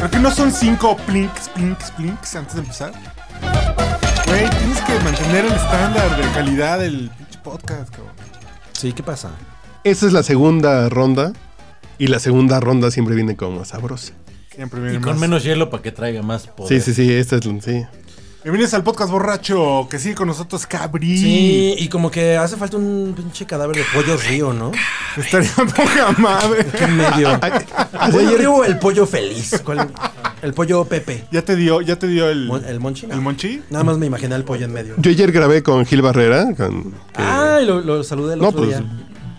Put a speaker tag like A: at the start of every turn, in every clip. A: ¿Por qué no son cinco plinks, plinks, plinks antes de empezar? Güey, tienes que mantener el estándar de calidad del pinche podcast, cabrón.
B: Sí, ¿qué pasa?
C: Esa es la segunda ronda. Y la segunda ronda siempre viene como más sabrosa.
A: Siempre
B: Y
A: viene
B: con
A: más.
B: menos hielo para que traiga más
C: Sí,
B: poder.
C: sí, sí, esta es la. Sí.
A: Bienvenidos al podcast borracho que sigue con nosotros Cabri.
B: Sí, y como que hace falta un pinche cadáver de pollo río, ¿no?
A: Estaría poca madre.
B: En medio. pollo
C: ayer-
B: río o el pollo feliz. ¿Cuál? El pollo Pepe.
A: Ya te dio, ya te dio el,
B: Mon- El monchi. ¿no?
A: el monchi.
B: Nada más me imaginé el pollo en medio.
C: Yo ayer grabé con Gil Barrera. Con, que-
B: Ah, y lo, lo saludé el
C: no,
B: otro
C: pues.
B: día.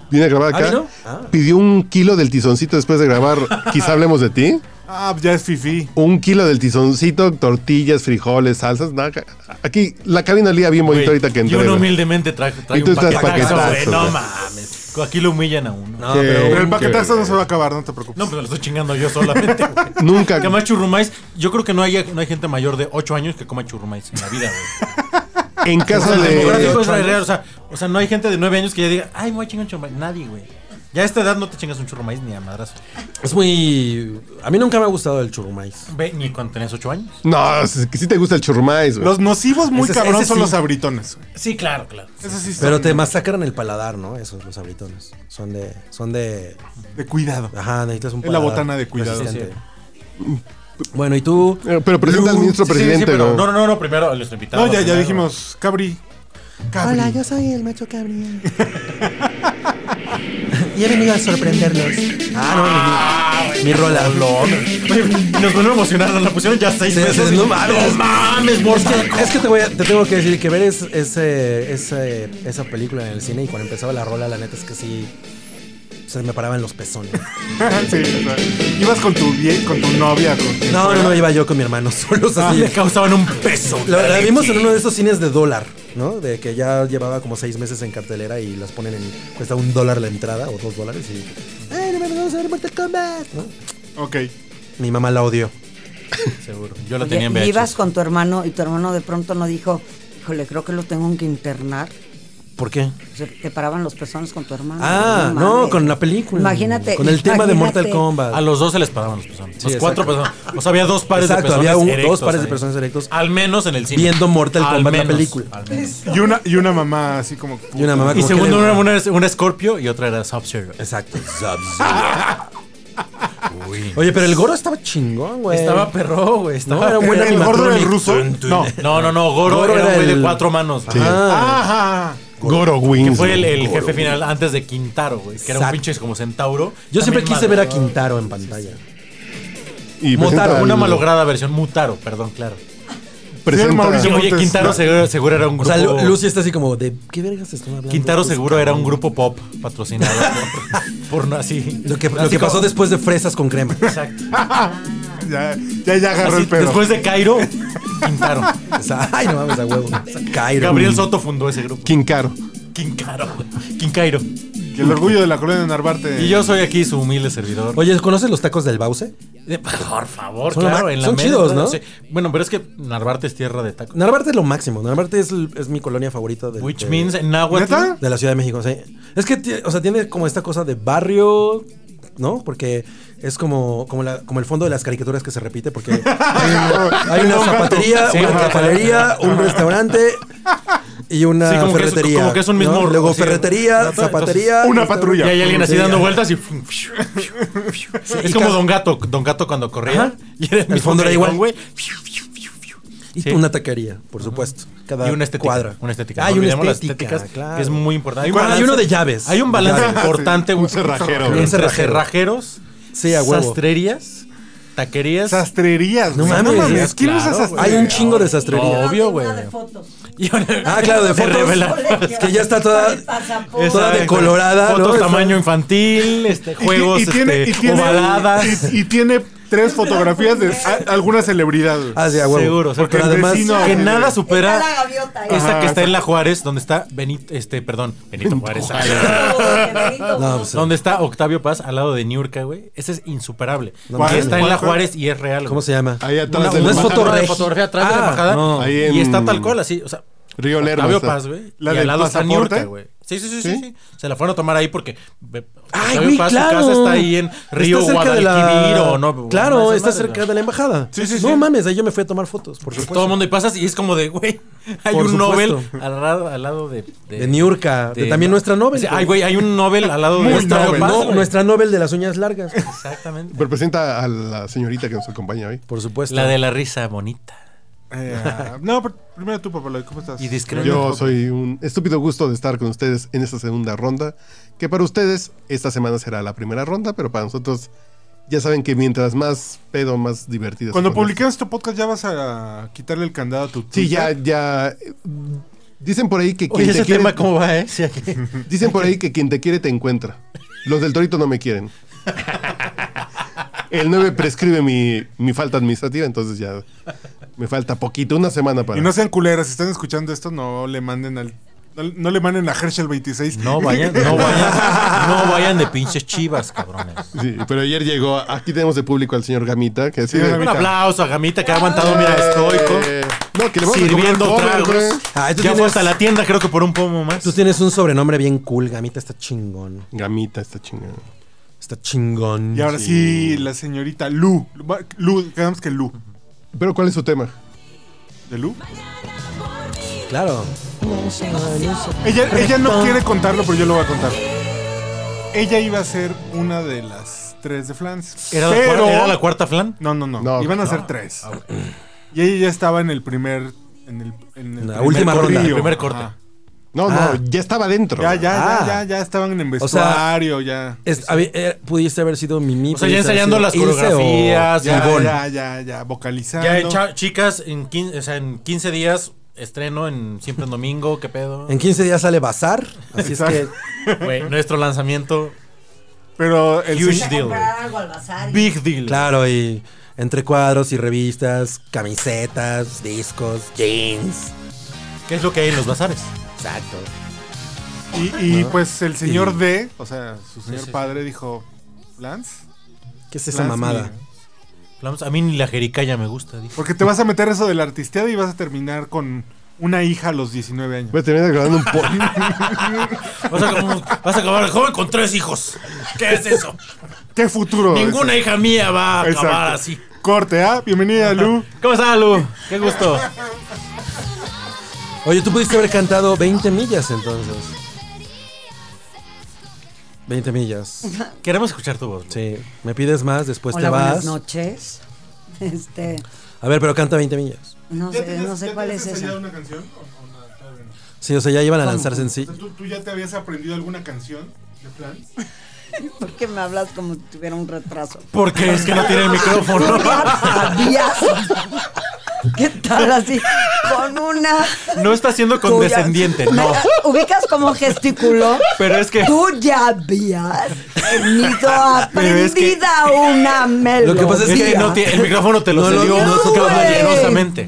C: Vine a grabar
B: Ah,
C: acá.
B: ¿vino? Ah.
C: Pidió un kilo del tizoncito después de grabar. Quizá hablemos de ti.
A: Ah, ya es fifi.
C: Un kilo del tizoncito, tortillas, frijoles, salsas. nada, ca- aquí la cabina olía bien bonita ahorita que entré.
D: Y uno
C: güey.
D: humildemente trae, trae
C: Y tú
D: un
C: estás
D: paquetazo,
C: paquetazo,
D: güey. No
C: güey.
D: mames. Aquí lo humillan a uno. No,
B: No,
C: Sí.
A: Pero
B: pero
A: el paquetazo no se va a acabar, no te preocupes.
D: pues me lo estoy chingando yo solamente. güey.
C: Nunca.
D: Que más churrumais. Yo creo que no hay, no hay gente mayor de 8 años que coma churrumais en la vida, güey.
C: En casa
D: El demográfico
C: de.
D: es la realidad, O sea, o sea, no hay gente de 9 años que ya diga, ay, me voy a chingar un churrumais. Nadie, güey. Ya a esta edad no te chingas un churrumais ni a madrazo.
B: es muy. A mí nunca me ha gustado el churumais.
D: Ve, ni cuando tenés 8 años.
C: No, es que sí te gusta el churmais, güey.
A: Los nocivos muy
B: Ese-
A: cabrón
B: ese
A: son
B: sí.
A: los abritones. güey.
D: Sí, claro, claro.
A: Esos sí son
B: Pero te masacran el paladar, ¿no? Esos, los abritones. Son de. Son de.
A: de cuidado.
B: Ajá, necesitas un
A: Es la
B: paladar
A: botana de cuidado.
B: resistente. Bueno, ¿y tú?
C: Eh, Pero presenta al
A: Lu-
C: ministro
D: Sí, sí,
C: presidente,
D: sí, pero-
C: ¿no?
D: No, no, no, no, primero los invitados.
A: No, ya, ya
D: primero.
A: dijimos Cabri. Cabri.
E: Hola, yo soy el macho Gabriel. y he venido a sorprenderlos.
B: Ah, no, mi- mi, rola.
D: Nos volvemos a emocionar, nos la pusieron ya seis
B: Sí, sí,
D: veces.
B: no mames.
D: mames,
B: Es
D: Borja.
B: que, es que te, voy a- te tengo que decir que ver es- ese- ese- esa película en el cine y cuando empezaba la rola, la neta es que sí se me paraban los pezones.
A: Sí, o sea, ibas con tu, vie- con tu novia. Con quien
B: No,
A: fuera.
B: no, no, iba yo con mi hermano solos
D: Ah,
B: así.
D: le causaban un peso.
B: La, la vimos en uno de esos cines de dólar, ¿no? De que ya llevaba como seis meses en cartelera y las ponen en. Cuesta un dólar la entrada o dos dólares y. ¡Ay, no me vamos a ver Mortal Kombat! ¿no?
A: Ok.
B: Mi mamá la odió.
D: Seguro. Yo la
F: Oye,
D: tenía en
F: y
D: VHS.
F: ibas con tu hermano y tu hermano de pronto no dijo, híjole, creo que lo tengo que internar.
B: ¿Por qué?
F: Se te paraban los personas con tu hermano.
B: Ah, no,
F: mames.
B: con la película.
F: Imagínate.
B: Con el tema de
F: imagínate.
B: Mortal Kombat.
D: A los dos se les paraban los pezones.
B: Sí,
D: los pues cuatro
B: exacto.
D: personas. O sea, había dos pares
B: Exacto,
D: de personas.
B: había un- dos
D: erectos
B: pares de
D: ahí.
B: personas erectos
D: Al menos en el cine.
B: viendo Mortal
D: Al
B: Kombat, la
D: menos,
B: película.
D: al menos.
A: Y una, y una mamá así como.
B: Y una mamá
D: Y
B: como que
D: segundo,
B: le-
D: una, una, era- una Scorpio y otra era Sub-Zero.
B: Exacto. Oye, pero el goro estaba chingón, güey.
D: Estaba perro, güey. Estaba
B: No, era un buen
A: ¿El gordo del
B: animatronic.
A: ruso? No.
D: No, no, no. Goro,
B: Goro
D: era un
B: era
D: güey
B: el-
D: de cuatro manos. Ajá.
B: Ah,
A: Ajá.
C: Goro
D: Que
C: Wings.
D: fue el,
C: güey.
D: el jefe final antes de Quintaro, güey. Que era un
B: Exacto.
D: pinche como centauro.
B: yo siempre
D: También
B: quise ver a
D: malo.
B: Quintaro en pantalla.
C: Y
D: Mutaro,
C: presenta
D: una
C: al-
D: malograda versión. Mutaro, perdón, claro.
C: presenta-
A: Sí, Mauricio.
D: Oye,
A: Montes.
D: Quintaro seguro, seguro era un
B: O
D: grupo.
B: sea, Lu- Lucy está así como de ¿qué vergas están hablando? Pues,
D: Quintaro seguro era un grupo pop patrocinado por- por no así.
B: Lo que, lo
D: Así
B: que pasó
D: como-
B: después de fresas con crema.
D: Exacto.
A: Ya, ya, ya agarró
D: Así,
A: el pedo.
D: después de Cairo, Quintaro.
B: O sea, ay, no mames a huevo. Cairo.
D: Gabriel Soto fundó ese grupo.
C: Quincaro.
D: Quincaro. Quincairo.
A: Y el orgullo de la colonia de Narvarte.
D: Y yo soy aquí su humilde servidor.
B: Oye, ¿conoces los tacos del Bause?
D: Eh, Por favor,
B: Son
D: claro.
B: la-
D: en la
B: son
D: mera-
B: chidos, ¿no?
D: Sí. Bueno, pero es que Narvarte es tierra de tacos.
B: Narvarte es lo máximo. Narvarte es, el- es mi colonia favorita del- de,
D: Which means en náhuatl.
A: ¿Neta?
B: de la Ciudad de México. sí. Es que, tie- o sea, tiene como esta cosa de barrio, ¿no? Porque es como, como, la- como el fondo de las caricaturas que se repite, porque hay una, hay una zapatería,
D: Sí,
B: una
D: ajá.
B: tapalería, un restaurante y una
D: Sí, como que es-
B: ferretería.
D: como que es
B: ¿no?
D: un mismo-
B: Luego
D: sí,
B: ferretería,
D: entonces-
B: zapatería.
A: Una
B: restaurante.
D: Y
A: patrulla.
D: hay alguien así
B: Sí,
D: dando
B: ya.
D: vueltas y. es
B: y
D: como
B: casi-
D: Don Gato. Don Gato cuando corría.
B: Ajá.
D: Y era el
B: El
D: mismo
B: fondo era
D: callejón,
B: igual.
D: güey.
B: Y
D: Sí.
B: una taquería, por supuesto. Cada
D: y una estética.
B: cuadra.
D: Una estética.
B: Ah, y
D: No
B: una
D: olvidemos las
B: estética,
D: estéticas,
B: claro.
D: que es muy importante.
B: ¿Cuál?
D: balance-
B: Hay uno de llaves.
D: Hay un balance
B: Llaves.
D: importante.
A: Sí,
D: güey,
A: un cerrajero,
D: entre
B: güey. Un cerrajero.
D: cerrajeros,
B: Sí, a huevo.
D: sastrerías taquerías.
A: Sastrerías,
B: No
A: güey.
B: mames,
A: ¿Quién
B: claro,
A: usa
B: güey.
A: sastrería?
B: Hay un chingo de sastrería.
D: No. Obvio, güey.
F: De fotos.
D: Y ahora-
B: Ah, claro, de
D: se
B: fotos.
D: revela.
B: Es que ya está toda-
F: Con el pasaporte.
B: Toda
D: Exacto.
B: decolorada, ¿no?
D: Fotos
B: Está-
D: tamaño infantil, este,
A: Y ti-
D: juegos
A: y tiene,
D: este,
A: y tiene-
D: ovaladas.
A: Y, y tiene tres fotografías de a- alguna celebridad. güey.
B: Ah, sí, a huevo.
D: Seguro, seguro.
B: Porque
A: el
B: además.
A: vecino-
D: que
A: sí,
D: nada
A: güey.
D: supera
F: Está la gaviota ¿eh? ahí.
D: esa
A: Ajá,
D: que está en
A: exacto.
D: la Juárez, donde está Benito, este, perdón, Benito Juárez.
B: No, pues,
D: Donde está Octavio Paz al lado de Niurka, güey. Ese es insuperable.
B: No
D: Porque
B: mames.
D: está en la
A: ¿Cuál fue?
D: Juárez y es real.
B: ¿Cómo
D: güey.
B: se llama?
C: Ahí atrás
D: Una-
C: del
D: una
C: embajador.
B: es foto- Fotorref.
D: fotografía, fotografía atrás de
B: Ah,
D: la embajada.
B: no.
C: Ahí
D: Y
C: en-
D: está tal cual, así. O sea,
C: Río Lerma.
D: Octavio
C: está.
D: Paz, güey.
A: ¿La
D: y
A: del
D: al lado está
A: pasaporte?
D: Niurka, güey. Sí, sí, sí, sí,
C: ¿Sí?
D: sí. Se la fueron a tomar ahí porque. be-
B: Ay,
D: Octavio
B: güey,
D: Paz,
B: claro.
D: Su casa está ahí en Río
B: Está cerca de la-
D: Guadalquivir o no.
B: Claro,
D: no, esa
B: está
D: madre,
B: cerca
D: güey.
B: de la embajada.
A: Sí, sí,
B: No
A: sí.
B: mames, ahí yo me fui a tomar fotos, por supuesto.
D: Todo el mundo y pasas y es como de, güey, hay
B: Por
D: un
B: supuesto.
D: Nobel al, ra- al lado de...
B: De Niurka, de también nuestra Nobel,
D: Sí,
B: güey.
D: Ay, güey, hay un Nobel al lado de
B: Nuestra,
D: Octavio Paz,
B: no-
D: güey.
B: nuestra Nobel de las uñas largas.
D: Exactamente.
C: Representa a la señorita que nos acompaña hoy.
B: Por supuesto.
D: La de la risa bonita.
A: Eh, ah, no, pero primero tú, Papaloy, ¿cómo estás?
D: Y discreta.
C: Yo soy un estúpido gusto de estar con ustedes en esta segunda ronda, que para ustedes esta semana será la primera ronda, pero para nosotros ya saben que mientras más pedo, más divertido.
A: Cuando
C: publiquemos
A: publiquemos tu podcast ya vas a quitarle el candado a tu
C: Sí, ya,
A: Twitter.
C: ya... eh, Dicen por ahí que
D: Oye,
C: quien
D: ese
C: te quiere...
D: tema cómo va, ¿eh? Sí, aquí.
C: Dicen por ahí que quien te quiere te encuentra. Los del Torito no me quieren. El 9 prescribe mi, mi falta administrativa, entonces ya me falta poquito, una semana para...
A: Y no sean culeras, si están escuchando esto, no le manden al. No, no le manden a Herschel 26.
D: No vayan, no vayan, no vayan de pinches chivas, cabrones.
C: Sí, pero ayer llegó, aquí tenemos de público al señor Gamita, que así
A: Sí,
C: de-
A: Gamita.
D: Un aplauso a Gamita que ha aguantado, mira, estoico,
C: Eh, No, que le vamos a
D: sirviendo
C: comprar cover,
D: tragos.
C: güey.
B: Ah,
D: ya
B: tú
D: fue
B: tienes-
D: hasta la tienda, creo que por un pomo más.
B: Tú tienes un sobrenombre bien cool, Gamita. Está chingón.
C: Gamita está chingada.
B: Está chingón.
C: Mm,
A: Y ahora sí, la señorita Lu. Lu, quedamos que Lu.
C: Pero ¿cuál es su tema?
A: ¿De Lu?
B: Claro.
A: Ella, ella no quiere contarlo, pero yo lo voy a contar. Ella iba a ser una de las tres de Flans.
D: ¿Era, la
A: pero...
D: cuarta, ¿Era la cuarta flan? Ah,
A: No, no, no,
C: No,
A: Iban a
C: no.
A: ser tres. Y ella ya estaba en el primer. En, el, en el
B: La
A: primer
B: última ronda,
A: corrillo.
B: el
D: primer corte.
A: Ajá.
C: No,
B: Ah.
C: no, ya estaba adentro.
A: Ya, ya,
B: Ah.
A: ya, ya, ya estaban en
B: sea,
A: vestuario, ya.
B: Es- a ver, eh, pudiste haber sido Mimi.
D: O sea, ya
B: pudiste haber
D: ensayando
B: sido
D: las
B: Ilse o-
D: coreografías,
A: Ya,
D: Ivonne.
A: ya, ya, ya, vocalizando.
D: Ya, cha- chicas, en 15, o sea, en 15 días estreno en Siempre en Domingo, ¿qué pedo?
B: En 15 días sale Bazar. Así es que.
A: Exacto.
D: Güey, nuestro lanzamiento,
A: Pero el
D: Huge
A: señor-
D: deal,
F: comprar algo al bazar. y-
D: big deal.
B: Claro, y entre cuadros y revistas, camisetas, discos, jeans.
D: ¿Qué es lo que hay en los bazares?
B: Exacto.
A: y, y, pues el señor
B: Y-
A: D, o sea, su señor
D: sí, sí.
A: padre dijo, Lance.
B: ¿Qué es esa
A: Lance,
B: mamada?
A: mira,
D: Vamos, A mí ni la jericaya me gusta, dije.
A: Porque te vas a meter eso de la artisteada y vas a terminar con una hija a los 19 años.
C: Voy a terminar grabando un po-
D: Vas a, como- vas a acabar joven con tres hijos. ¿Qué es eso?
A: ¿Qué futuro?
D: Ninguna hija mía va a
A: Exacto.
D: acabar así.
A: Corte, ¿ah? Bienvenida, Lu.
D: ¿Cómo estás, Lu? Qué gusto.
B: Oye, tú pudiste haber cantado 20 millas entonces. 20 millas.
D: Queremos escuchar tu voz. Lu.
B: Sí. Me pides más, después
F: Hola,
B: pues te vas.
F: buenas noches. Este,
B: A ver, pero canta 20 millas.
F: no sé, no sé cuál es esa.
A: una canción?
B: Sí, o sea, ya iban a lanzarse en sí.
A: ¿Tú, ya te habías aprendido alguna canción de Flans?
F: ¿Por qué me hablas como si tuviera un retraso?
D: Porque es que no tiene el micrófono.
F: Ya sabías. ¿Qué tal así? Con una.
D: No está siendo condescendiente,
F: Tú ya-
D: no.
F: Me- ubicas como gesticuló.
D: Pero es que.
F: Tú ya habías tenido
D: Pero es que-
F: aprendida una melodía.
B: Lo que pasa
D: Es que no tiene- el micrófono te lo
B: No lo-
D: cedió
B: no,
F: güey.
D: caballerosamente.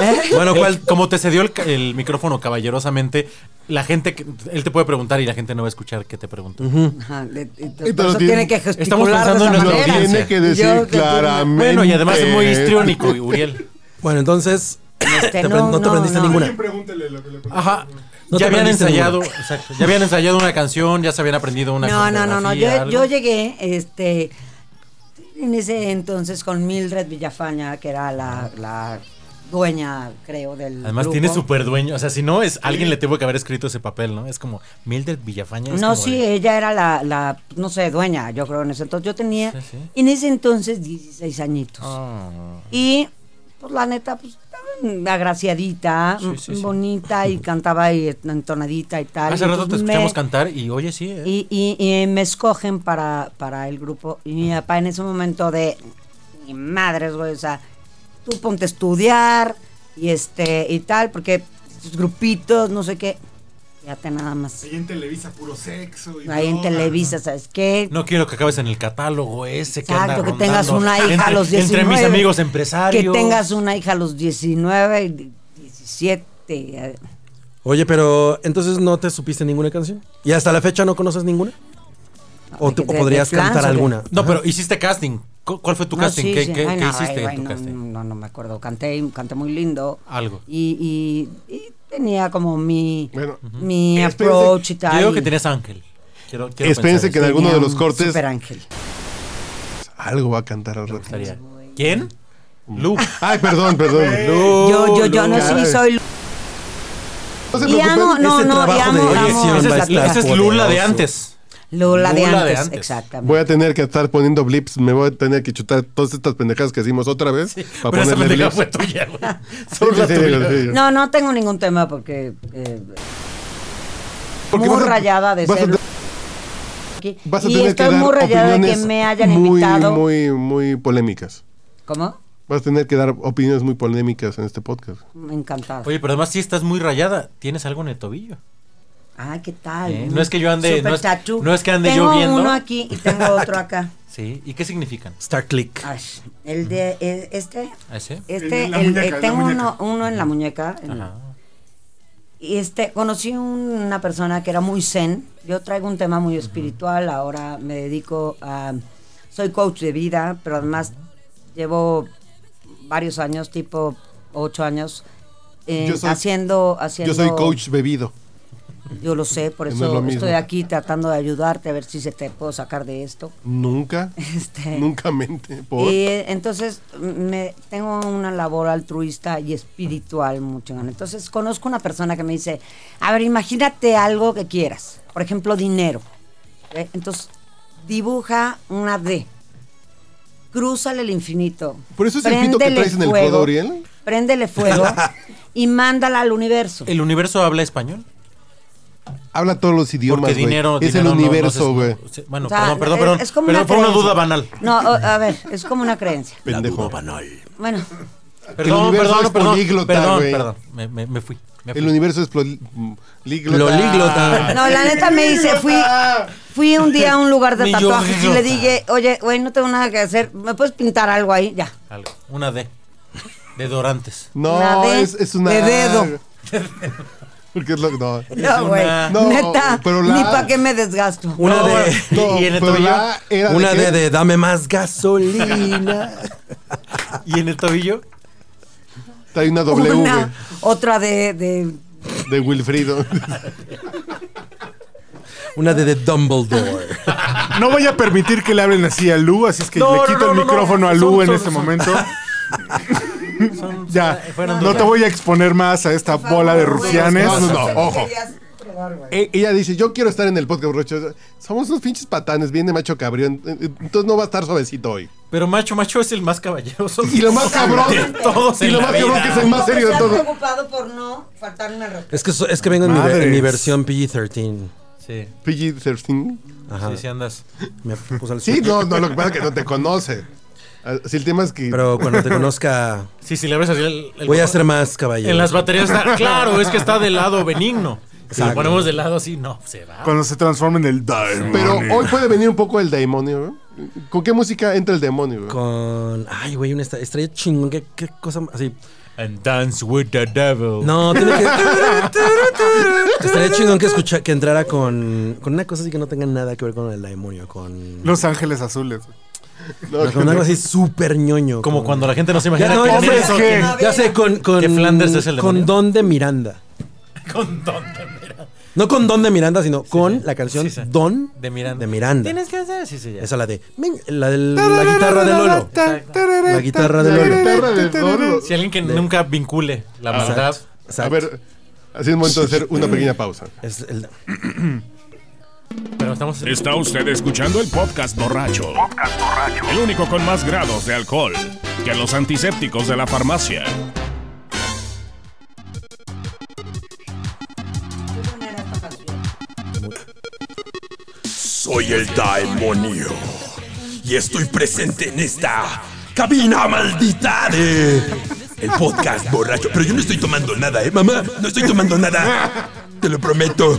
F: ¿Eh?
B: Bueno,
D: El-
B: ¿cuál?
D: como te cedió el, ca- el micrófono caballerosamente, la gente. que- Él te puede preguntar y la gente no va a escuchar qué te preguntó.
F: Ajá, le- y pues, te-
C: Y
F: por
C: lo
F: eso
C: tiene-
F: tiene que
D: estamos
F: gesticular
D: pensando
F: de
D: en
F: esa
D: nuestra
C: Lo
F: manera.
B: ¿eh?
C: tiene que
F: Yo
C: decir
F: creo que-
C: claramente.
D: Bueno, y además es muy histriónico, Uriel.
B: Bueno, entonces.
F: Este,
B: te
F: no,
B: aprend- no te
F: no,
B: aprendiste
F: no. eh.
B: ninguna.
A: pregúntele lo que le
D: Ajá.
B: No te
D: ya habían
B: aprendiste
D: ensayado,
B: ninguna.
D: exacto, ya habían ensayado una canción, ya se habían aprendido una
F: No, no, no, no.
D: coreografía,
F: Yo,
D: algo.
F: yo llegué, este, en ese entonces con Mildred Villafaña, que era la, la dueña, creo, del.
D: Además
F: grupo.
D: tiene súper dueño, o sea, si no es alguien le tuvo que haber escrito ese papel, ¿no? Es como Mildred Villafaña. es
F: No,
D: como
F: sí,
D: de-
F: ella era la, la, no sé, dueña, yo creo, en ese entonces. Yo tenía,
D: Sí, sí.
F: en ese entonces, 16 añitos.
D: Ah.
F: Y, pues, la neta, pues, estaba agraciadita,
D: Sí, sí, sí.
F: bonita, y cantaba y entonadita y tal.
D: "Ah, Hace
F: Y
D: rato te
F: entonces
D: escuchamos
F: me-
D: cantar y oye, sí. eh.
F: Y, y- y me escogen para, para el grupo. Y mi papá en ese momento de ni madres, güey, o sea, tú ponte a estudiar y este y tal, porque sus grupitos, no sé qué, fíjate nada más.
A: Ahí en Televisa, puro sexo. y
F: Ahí en
A: droga.
F: Televisa, ¿sabes qué?
D: No quiero que acabes en el catálogo ese que anda
F: Exacto, que
D: rondando
F: tengas una hija
D: entre,
F: a los 19.
D: Entre mis amigos
F: que
D: empresarios.
F: tengas una hija a los 19, y 17. eh,
B: Oye, pero entonces no te supiste ninguna canción. ¿Y hasta la fecha no conoces ninguna? ¿O
F: de
B: tú
F: que- de-
B: podrías
F: de flans,
B: cantar
F: ¿o qué?
B: alguna?
D: No, pero hiciste casting. ¿Cu- ¿Cuál fue tu
F: No,
D: casting?
F: sí,
D: ¿Qué,
F: sí.
D: qué-
F: Ay,
D: qué
F: no,
D: hiciste
F: ay,
D: en
F: ay,
D: tu
F: no,
D: casting?
F: No, no me acuerdo. Canté, canté muy lindo.
D: Algo.
F: Y, y- y tenía como mi,
C: Bueno,
F: mi
C: Espérense,
F: approach y tal.
D: Yo digo
F: y
D: que tenías ángel. Quiero, quiero
C: Espérense que en
F: tenía
D: pensar
C: alguno de los
F: un
C: cortes
F: Super ángel.
C: algo va a cantar al
D: eso.
C: rato.
D: Estaría. ¿Quién? Lu.
C: Ay, perdón, perdón.
D: Lu.
F: Yo, yo, yo no
C: Luca.
F: sí soy.
C: No se
F: Y amo,
C: preocupen.
F: no,
B: ese
F: no, y
B: trabajo
F: amo,
B: de
F: amo.
B: dirección
F: la
D: Esa es,
B: Bastante
F: tía.
D: esa es Lula de
B: poderoso.
D: antes.
F: Lula de
D: Lula de
F: antes,
D: antes.
F: exactamente.
C: Voy a tener que estar poniendo blips, me voy a tener que chutar todas estas pendejadas que hicimos otra vez para
D: Pero esa
C: ponerle
D: pendeja
C: blips.
D: fue tuya, güey.
C: Sí,
D: Solo la
C: sí,
D: tuya.
C: sí, sí.
F: No, no tengo ningún tema porque. eh,
C: Porque
F: muy
C: vas a-
F: rayada de
C: vas a
F: ser.
C: te-
F: aquí.
C: Vas a
F: y
C: tener
F: estoy
C: que dar
F: muy rayada de que
C: opiniones
F: me hayan
C: muy,
F: invitado.
C: Muy, muy polémicas.
F: ¿Cómo?
C: Vas a tener que dar opiniones muy polémicas en este podcast.
F: Encantada.
D: Oye, pero además sí estás muy rayada. Tienes algo en el tobillo.
F: Ay, Ah, ¿qué tal?
D: Eh, no es que yo ande-
F: Super
D: no es-
F: tattoo.
D: no es que ande
F: tengo
D: yo viendo.
F: uno aquí y tengo otro acá.
D: Sí. ¿Y qué significan?
B: Star Click.
F: Ay, el de eh, este,
D: ¿Ah, ¿Ese?
F: este,
A: En la
F: el-
A: muñeca,
F: eh,
A: en la
F: tengo uno,
A: muñeca.
F: uno en la muñeca. en-
D: Ajá.
F: y este, conocí una persona que era muy zen. Yo traigo un tema muy espiritual. Ahora me dedico a, soy coach de vida, pero además llevo varios años, tipo ocho años, eh,
C: Yo soy-
F: haciendo, haciendo.
C: Yo soy coach bebido.
F: Yo lo sé, por
C: No es lo
F: eso
C: mismo.
F: estoy aquí tratando de ayudarte a ver si se te puedo sacar de esto.
C: Nunca,
F: Este,
C: nunca mente. Por...
F: y eh, entonces m- me tengo una labor altruista y espiritual mucho. Entonces conozco una persona que me dice, a ver, imagínate algo que quieras, por ejemplo, dinero. ¿ok? Entonces dibuja una D, crúzale el infinito.
C: ¿Por eso es el pito que
F: préndele
C: traes en el
F: fuego,
C: codo, Ariel?
F: Préndele fuego y mándala al universo.
D: ¿El universo habla español?
C: Habla todos los idiomas,
D: Porque
C: güey.
D: dinero,
C: Es
D: dinero
C: el
D: no- no
C: universo,
D: se-
C: güey.
D: o sea, bueno,
F: O sea,
D: perdón, perdón, perdón.
F: es como
D: Pero
F: una
D: fue una
F: creencia.
D: duda banal.
F: No, o- a ver, es como una creencia.
C: Pendejo.
F: Bueno,
D: Perdón,
C: universo
D: perdón,
C: es
D: perdón.
C: políglota,
D: perdón,
C: güey.
D: perdón. Me, me- me fui. me
C: El
D: fui.
C: universo es
B: Plolíglota.
C: plolíglota.
F: no, la neta me dice, fui, fui un día a un lugar de
D: Ni yo,
F: tatuajes y
D: idiota.
F: le dije, oye, güey, no tengo nada que hacer, ¿me puedes pintar algo ahí? Ya.
D: Algo. Una D. De Dorantes.
F: Una
C: No,
F: D
C: es, es una.
F: de dedo.
C: Porque es lo no.
F: No, güey,
D: una-
C: No,
F: neta,
C: pero la-
F: ni para qué me desgasto.
B: Una
D: No,
B: de.
D: bueno.
C: No,
D: Y en el
C: pero
D: tobillo.
C: la era
B: Una
C: qué?
B: de, de dame más gasolina.
D: ¿Y en el tobillo?
C: Hay una W
F: Una,
C: güey,
F: otra de, de-
C: de Wilfrido.
B: Una de, de Dumbledore.
A: No voy a permitir que le hablen así a Lu, así es que
D: No,
A: le
D: no,
A: quito
D: no,
A: el
D: no, no.
A: micrófono a Lu
D: Son-
A: en
D: son-
A: este
D: son-
A: momento.
D: Son- eh,
A: ya,
D: fueron
A: no
D: dudas.
A: te voy a exponer más a esta bola de rufianes.
C: No, no, no, ojo.
F: Querías probar, güey.
C: E- Ella dice, yo quiero estar en el podcast, borracho. Somos unos pinches patanes, viene macho cabrión. Entonces no va a estar suavecito hoy.
D: Pero Macho Macho es el más caballeroso.
C: Y lo más cabrón.
D: De todos
C: y
D: en
C: lo
D: la
C: más cabrón
D: vida.
C: que es el más serio de
F: Estás
C: todo.
F: preocupado por no faltarme al respeto.
B: Es que, so- es que vengo en mi, ver- en mi
A: Madres.
B: versión PG-13.
D: Sí,
C: PG-13.
B: Ajá.
D: sí, sí andas.
B: Me puse al
C: Sí, no, no, lo que pasa es que no te conoce. Ah, Sí, el tema es que.
B: Pero cuando te conozca,
D: Sí, sí, le abres así el, el-
B: voy a ser más caballero.
D: En las baterías está. Claro, es que está del lado benigno. Si lo
B: Exacto.
D: ponemos del lado así, no, se va.
A: Cuando se transforma en el Diamond.
C: Pero hoy puede venir un poco el demonio, güey. ¿Con qué música entra el demonio, güey?
B: Con. Ay, güey, una estra- estrella chingón. ¿Qué, qué cosa más- así?
D: And dance with the devil.
B: No, tiene que. Estaría chingón que escucha, que entrara con, con una cosa así que no tenga nada que ver con el demonio, con.
A: Los Ángeles Azules.
C: No,
B: con algo así súper ñoño.
D: Como
B: con-
D: cuando la gente no se
B: Ya,
D: imagina
B: no,
D: que
B: ya
D: en
A: hombre,
B: sé,
D: eso-
A: que-
B: ya sé, con, con.
D: Que Flanders es el
B: Con
D: demonio.
B: Don de Miranda.
D: Con Don de Miranda.
B: No con Don de Miranda, sino con la canción
D: Sí, sí.
B: Don
D: De Miranda.
B: de Miranda.
D: Tienes que hacer, sí, sí, ya.
B: Esa la de. La, de la guitarra de Lolo. La guitarra de
C: La
B: Lolo.
C: guitarra de Lolo.
D: Si alguien que nunca vincule la maldad.
B: Exacto,
C: A
B: exacto.
C: ver, así es momento de hacer una pequeña pausa.
B: Es el-
D: Pero estamos.
G: Está usted escuchando el podcast borracho. El único con más grados de alcohol que los antisépticos de la farmacia. Soy el demonio. Y estoy presente en esta
H: Cabina maldita de el podcast borracho. Pero yo no estoy tomando nada, ¿eh, mamá? No estoy tomando nada. Te lo prometo.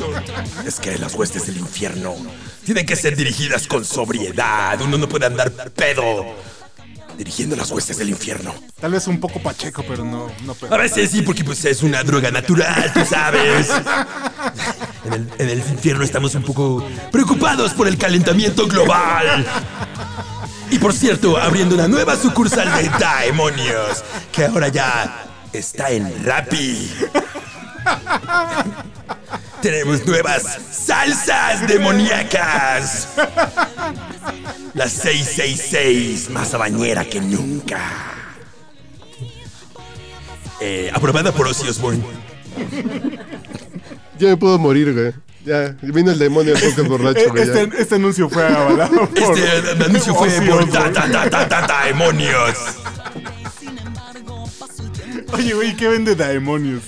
H: Es que las huestes del infierno tienen que ser dirigidas con sobriedad. Uno no puede andar pedo dirigiendo las huestes del infierno.
A: Tal vez un poco pacheco, pero no, no pedo.
H: A veces sí, porque pues es una droga natural, tú sabes. En el, en el infierno estamos un poco preocupados por el calentamiento global. Y por cierto, abriendo una nueva sucursal de Daemonios, que ahora ya está en Rappi. Tenemos nuevas salsas demoníacas. La 666, más bañera que nunca. Eh, aprobada por Ozzy Osbourne.
C: Ya me puedo morir, güey. Ya, vino el demonio al podcast borracho,
A: Eh,
C: güey. ya.
A: Este, este anuncio fue avalado por...
H: Este eh, anuncio fue
A: Ozzy
H: por ta,
A: Osbourne.
H: ta, ta, ta, ta, ta, demonios.
A: Oye, güey, ¿qué vende Daemonios?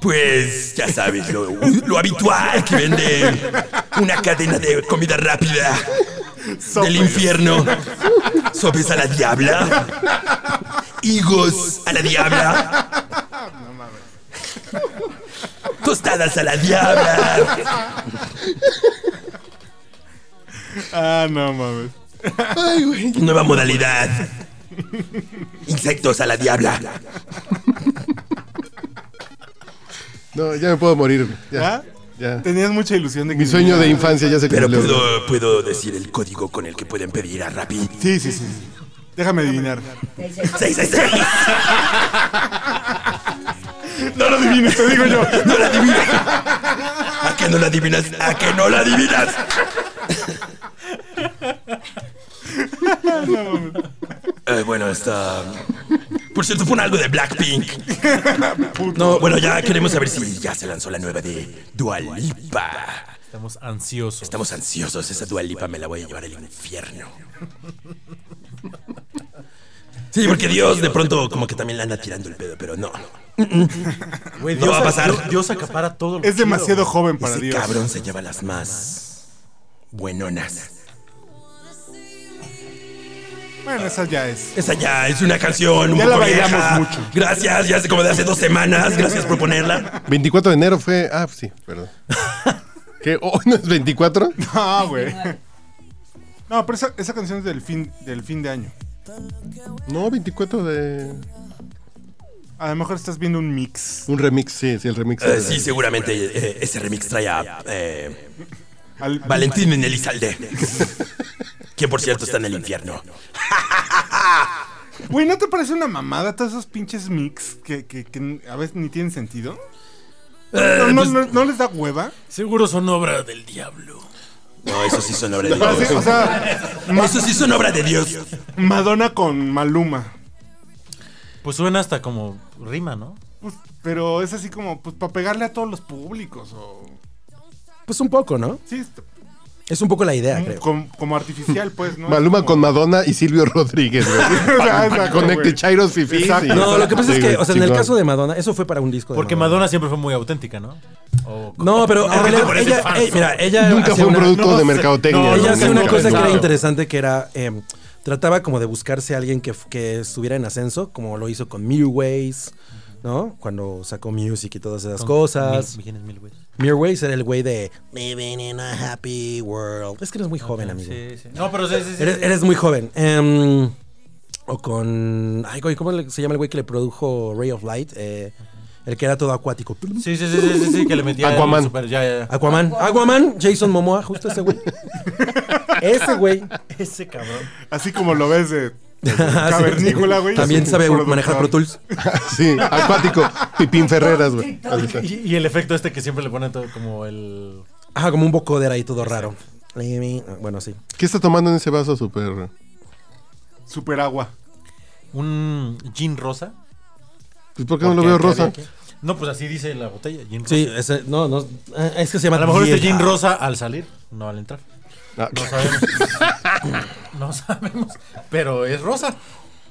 H: Pues ya sabes, lo, lo habitual que vende una cadena de comida rápida del infierno. Sopes a la diabla. Higos a la diabla. Tostadas a la diabla.
A: Ah, no mames.
H: Nueva modalidad. Insectos a la diabla.
C: No, ya me puedo morir, güey.
A: ¿Ah?
C: Ya. ya.
A: Tenías mucha ilusión de que... pues
C: Mi sueño de infancia ya se
H: Pero
C: cumplió. güey.
H: puedo, puedo decir el código con el que pueden pedir a Rappi.
A: Sí, sí, sí. sí. Déjame adivinar.
H: 666.
A: No lo adivines, te digo yo.
H: No la adivinas. ¿A que no la adivinas? ¿A que no la adivinas? Eh, bueno, está. Por cierto, pon algo de Blackpink. No, bueno, ya queremos saber si ya se lanzó la nueva de Dualipa.
D: Estamos ansiosos.
H: Estamos ansiosos. Esa Dualipa me la voy a llevar al infierno. Sí, porque Dios de pronto como que también la anda tirando el pedo, pero no.
D: Güey,
H: No
D: Dios,
H: va a pasar.
D: Dios, Dios acapara todo lo
A: Es
D: chido,
A: demasiado joven para
H: Ese
A: Dios.
H: cabrón se lleva las más buenonas.
A: Bueno, esa ya es.
H: Esa ya es una canción un
A: Ya
H: poco
A: la bailamos
H: vieja.
A: mucho.
H: Gracias, ya es como de hace dos semanas. Gracias por ponerla.
C: 24 de enero fue. Ah, sí, perdón. ¿Qué? ¿Hoy no es 24?
A: Ah, güey. No, pero esa, esa canción es del fin, del fin de año.
C: No, 24 de.
A: A lo mejor estás viendo un mix.
C: Un remix, sí, sí, el remix.
H: Eh, sí, seguramente eh, ese remix trae a eh,
A: Al-
H: Valentín en Elizalde. Quien por cierto está en el infierno.
A: Güey, ¿no te parece una mamada todos esos pinches mix que, que- que a veces ni tienen sentido?
H: Eh,
A: ¿No, no,
H: pues,
A: no- no les da hueva?
D: Seguro son obra del diablo.
H: no, eso sí son obra de
A: Así, o
H: Dios.
A: sea, Ma-
H: Eso sí son obra de Dios.
A: Madonna con Maluma.
D: Pues suena hasta como rima, ¿no?
A: Pues, pero es así como, pues, para pegarle a todos los públicos o...
H: Pues un poco, ¿no?
A: Sí, es-
H: Es un poco la idea,
A: como, como artificial, pues, ¿no?
C: Maluma
A: Como-
C: con Madonna y Silvio Rodríguez, güey.
A: sea,
C: Pa- pa-
A: exacto,
C: Conecte
A: güey.
C: Chairos Fifi.
A: Exacto.
H: No, lo que pasa es que, o sea, en el caso
C: de.
H: de Madonna, eso fue para un disco de
D: Porque Madonna siempre fue muy auténtica, ¿no? O-
H: No, pero en realidad,
D: por eso es
H: ella,
D: falso.
H: ey, mira, ella
C: Nunca
H: hacía
C: fue un
H: una-
C: producto
D: no
C: de
D: sé,
C: mercadotecnia.
D: no,
C: güey,
H: Ella hacía una
C: nunca.
H: cosa que era
D: Claro.
H: interesante, que era em, trataba como de buscarse a alguien que, f- que estuviera en ascenso, como lo hizo con Mirrorways, ¿no? Cuando sacó Music y todas esas
D: Con
H: cosas.
D: mil- millones, mil güeyes.
H: Mirrorways era el güey de Living in a Happy World. Es que eres muy joven, amigo.
D: Sí, sí. No, pero sí, sí, sí.
H: Eres, eres muy joven. Em, o con. Ay, güey, ¿cómo le- se llama el güey que le produjo Ray of Light? Eh, el que era todo acuático.
D: Sí, sí, sí, sí, sí, sí, que le metía el
C: Aquaman.
D: super- ya, ya, ya.
H: Aquaman. Aquaman, Jason Momoa, justo ese güey. ese güey.
D: Ese cabrón.
A: Así como lo ves de...
H: Ah, sí.
A: Cavernícola, güey.
H: También
A: Es un
H: sabe
A: productor.
H: manejar Pro Tools.
C: Sí, acuático. Pipín Ferreras, güey. Así está.
D: Y, y el efecto este que siempre le ponen todo como el.
H: Ajá, como un bocoder ahí todo raro. Bueno, sí.
C: ¿Qué está tomando en ese vaso súper?
A: Super agua.
D: un jean rosa.
C: Pues porque no lo veo rosa.
D: No, pues así dice la botella, jean rosa.
H: Sí, ese, no, no. eh, Es que se llama.
D: A lo mejor este
H: Diez.
D: jean rosa al salir, no al entrar.
C: Ah,
D: No sabemos. no sabemos. Pero es rosa.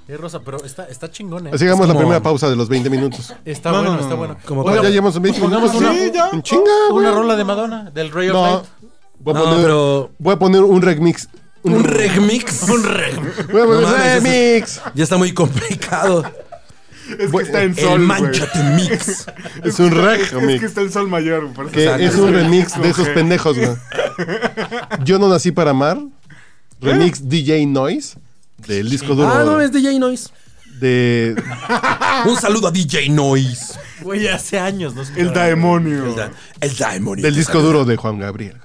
D: Es rosa, pero está, está chingón, ¿eh?
C: Así hagamos la
H: como-
C: primera pausa de los 20 minutos.
D: Está
A: No,
D: bueno,
A: no, no,
D: está
A: no.
D: bueno.
H: Como
C: Oiga,
H: para-
C: ya llevamos 20 minutos.
D: pongamos una-
C: Sí, ya. En chinga,
D: Una
C: güey.
D: rola de Madonna, del Ray of
C: No.
D: Light.
C: Voy a,
H: No,
C: poner,
H: pero-
C: voy a poner un remix
H: Un remix. Un remix.
C: Voy a poner
H: mames,
C: remix.
H: Ya está muy complicado.
A: Es que está en
H: El
A: sol, güey.
H: Manchate Mix.
C: Es un
A: Es que
C: remix.
A: está en sol mayor, güey, por eso
C: Que
A: sale.
C: es un remix de esos
A: Ok.
C: pendejos, güey. Yo no nací para amar. Remix DJ Noise del disco duro
B: Ah, no, es DJ Noise.
C: de
H: Un saludo a DJ Noise.
D: Güey, hace años, ¿no?
A: El demonio.
H: El, da- el Daemon.
C: del disco duro de Juan Gabriel.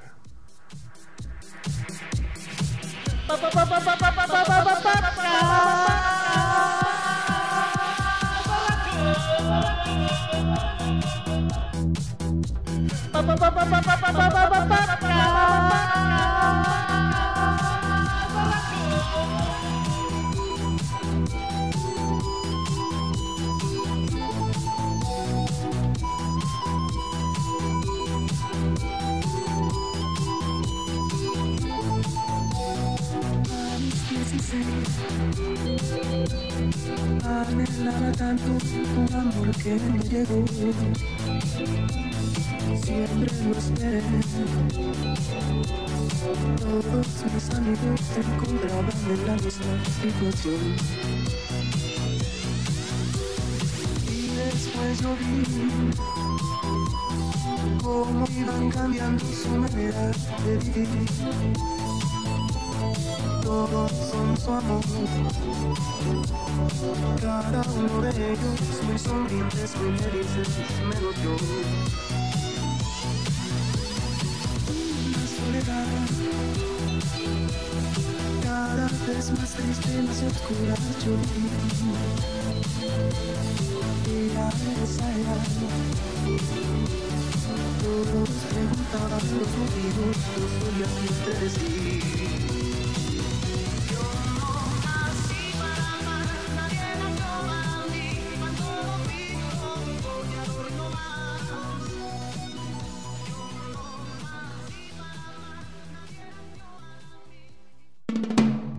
E: Anhelaba tanto tu amor que no llegó. Siempre lo esperé. Todos mis amigos se encontraban en la misma situación. Y después yo vi cómo iban cambiando su manera de vivir. Todos son su amor. Cada uno de ellos muy sonrientes, muy felices, menos yo. Una soledad cada vez más triste, más oscura yo vi. Y la esa era. Todos preguntaban los motivos, los sueños que ustedes sí.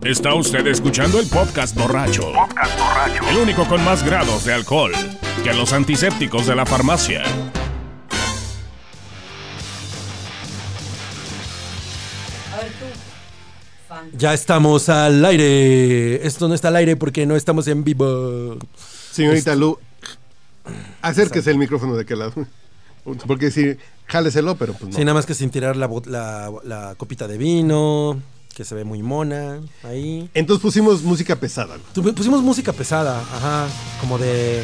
I: Está usted escuchando el podcast borracho. El único con más grados de alcohol que los antisépticos de la farmacia.
F: A ver tú, fan.
B: Ya estamos al aire. Esto no está al aire porque no estamos en vivo. Este-
C: Señorita Lu, acérquese el micrófono de aquel lado. Porque si jáleselo, pero pues
B: Sí,
C: no.
B: nada más que sin tirar la, bot- la- la copita de vino, que se ve muy mona. Ahí.
C: Entonces pusimos música pesada. güey.
B: Tu- Pusimos música pesada, ajá. Como de.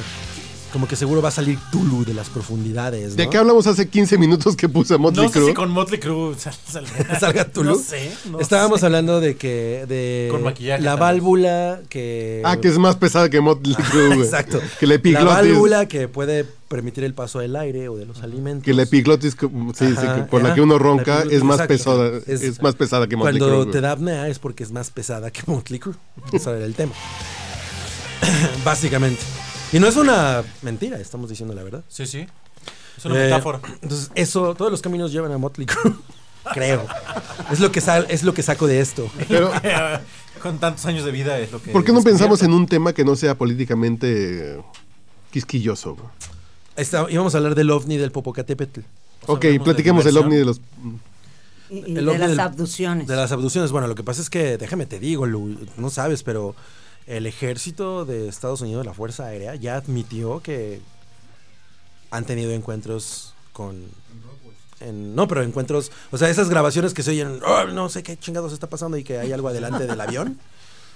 B: Como que seguro va a salir Tulu de las profundidades.
C: ¿De
B: ¿no?
C: qué hablamos hace 15 minutos que puse a Motley
D: No sé
C: Crue?
D: si con Motley Crue sal- salga,
B: Salga Tulu.
D: No sé. no
B: Estábamos
D: sé.
B: hablando de que. De
D: Con maquillaje,
B: La
D: tal vez.
B: válvula que.
C: Ah, que es más pesada que Motley Crue. güey.
B: Exacto.
C: Que la
B: la
C: epiglotis.
B: válvula que puede permitir el paso del aire o de los alimentos.
C: Que la epiglotis que- mm, sí, sí,
B: Ajá,
C: que por la
B: ajá.
C: que uno
B: La
C: ronca es
B: epiglotis,
C: más
B: exacto.
C: pesada,
B: Es-
C: es, más pesada que Motley Crue.
B: Cuando
C: güey.
B: te da apnea es porque es más pesada que Motley Crue. Ese era el tema. Básicamente. Y no es una mentira, estamos diciendo la verdad.
D: Sí, sí. Es una
B: Eh,
D: metáfora.
B: Entonces, eso, todos los caminos llevan a Motley Crue. Creo. Es lo que sal, es lo que saco de esto.
C: Pero
D: Con tantos años de vida es lo que.
C: ¿por qué no pensamos en un tema que no sea políticamente eh, quisquilloso? güey?
B: Está- íbamos a hablar del ovni del Popocatépetl.
C: Ok,
D: hablemos de
C: platiquemos del
D: diversión.
C: ovni de los
F: Y, y
B: El
F: de
B: ovni
F: las
B: del-
F: abducciones.
B: De las abducciones. Bueno, lo que pasa es que, déjame te digo, Lu, no sabes, pero el ejército de Estados Unidos, la Fuerza Aérea, ya admitió que han tenido encuentros con... en- no, pero encuentros... O sea, esas grabaciones que se oyen, "Oh, no sé qué chingados está pasando y que hay algo adelante del avión.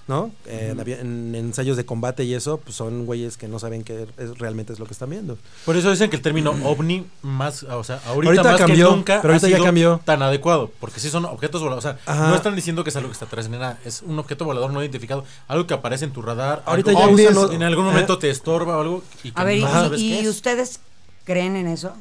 B: ¿No? Eh, en, avi- en ensayos de combate y eso, pues son güeyes que no saben qué es- realmente es lo que están viendo.
D: Por eso dicen que el término ovni más, o sea, ahorita,
B: Ahorita
D: más
B: cambió,
D: que nunca
B: pero
D: ha
B: ahorita ya
D: sido
B: cambió.
D: tan adecuado, porque sí son objetos voladores, o sea,
B: Ajá.
D: no están diciendo que es algo que está atrás, nada, es un objeto volador no identificado, algo que aparece en tu radar,
B: Ahorita
D: algo
C: ya
D: que
C: usan
D: en-
C: los-
D: en algún momento te estorba o algo y que
F: A ver, ¿y,
D: no Ah, sabes
F: y-
D: qué
F: y
D: es.
F: ustedes creen en eso?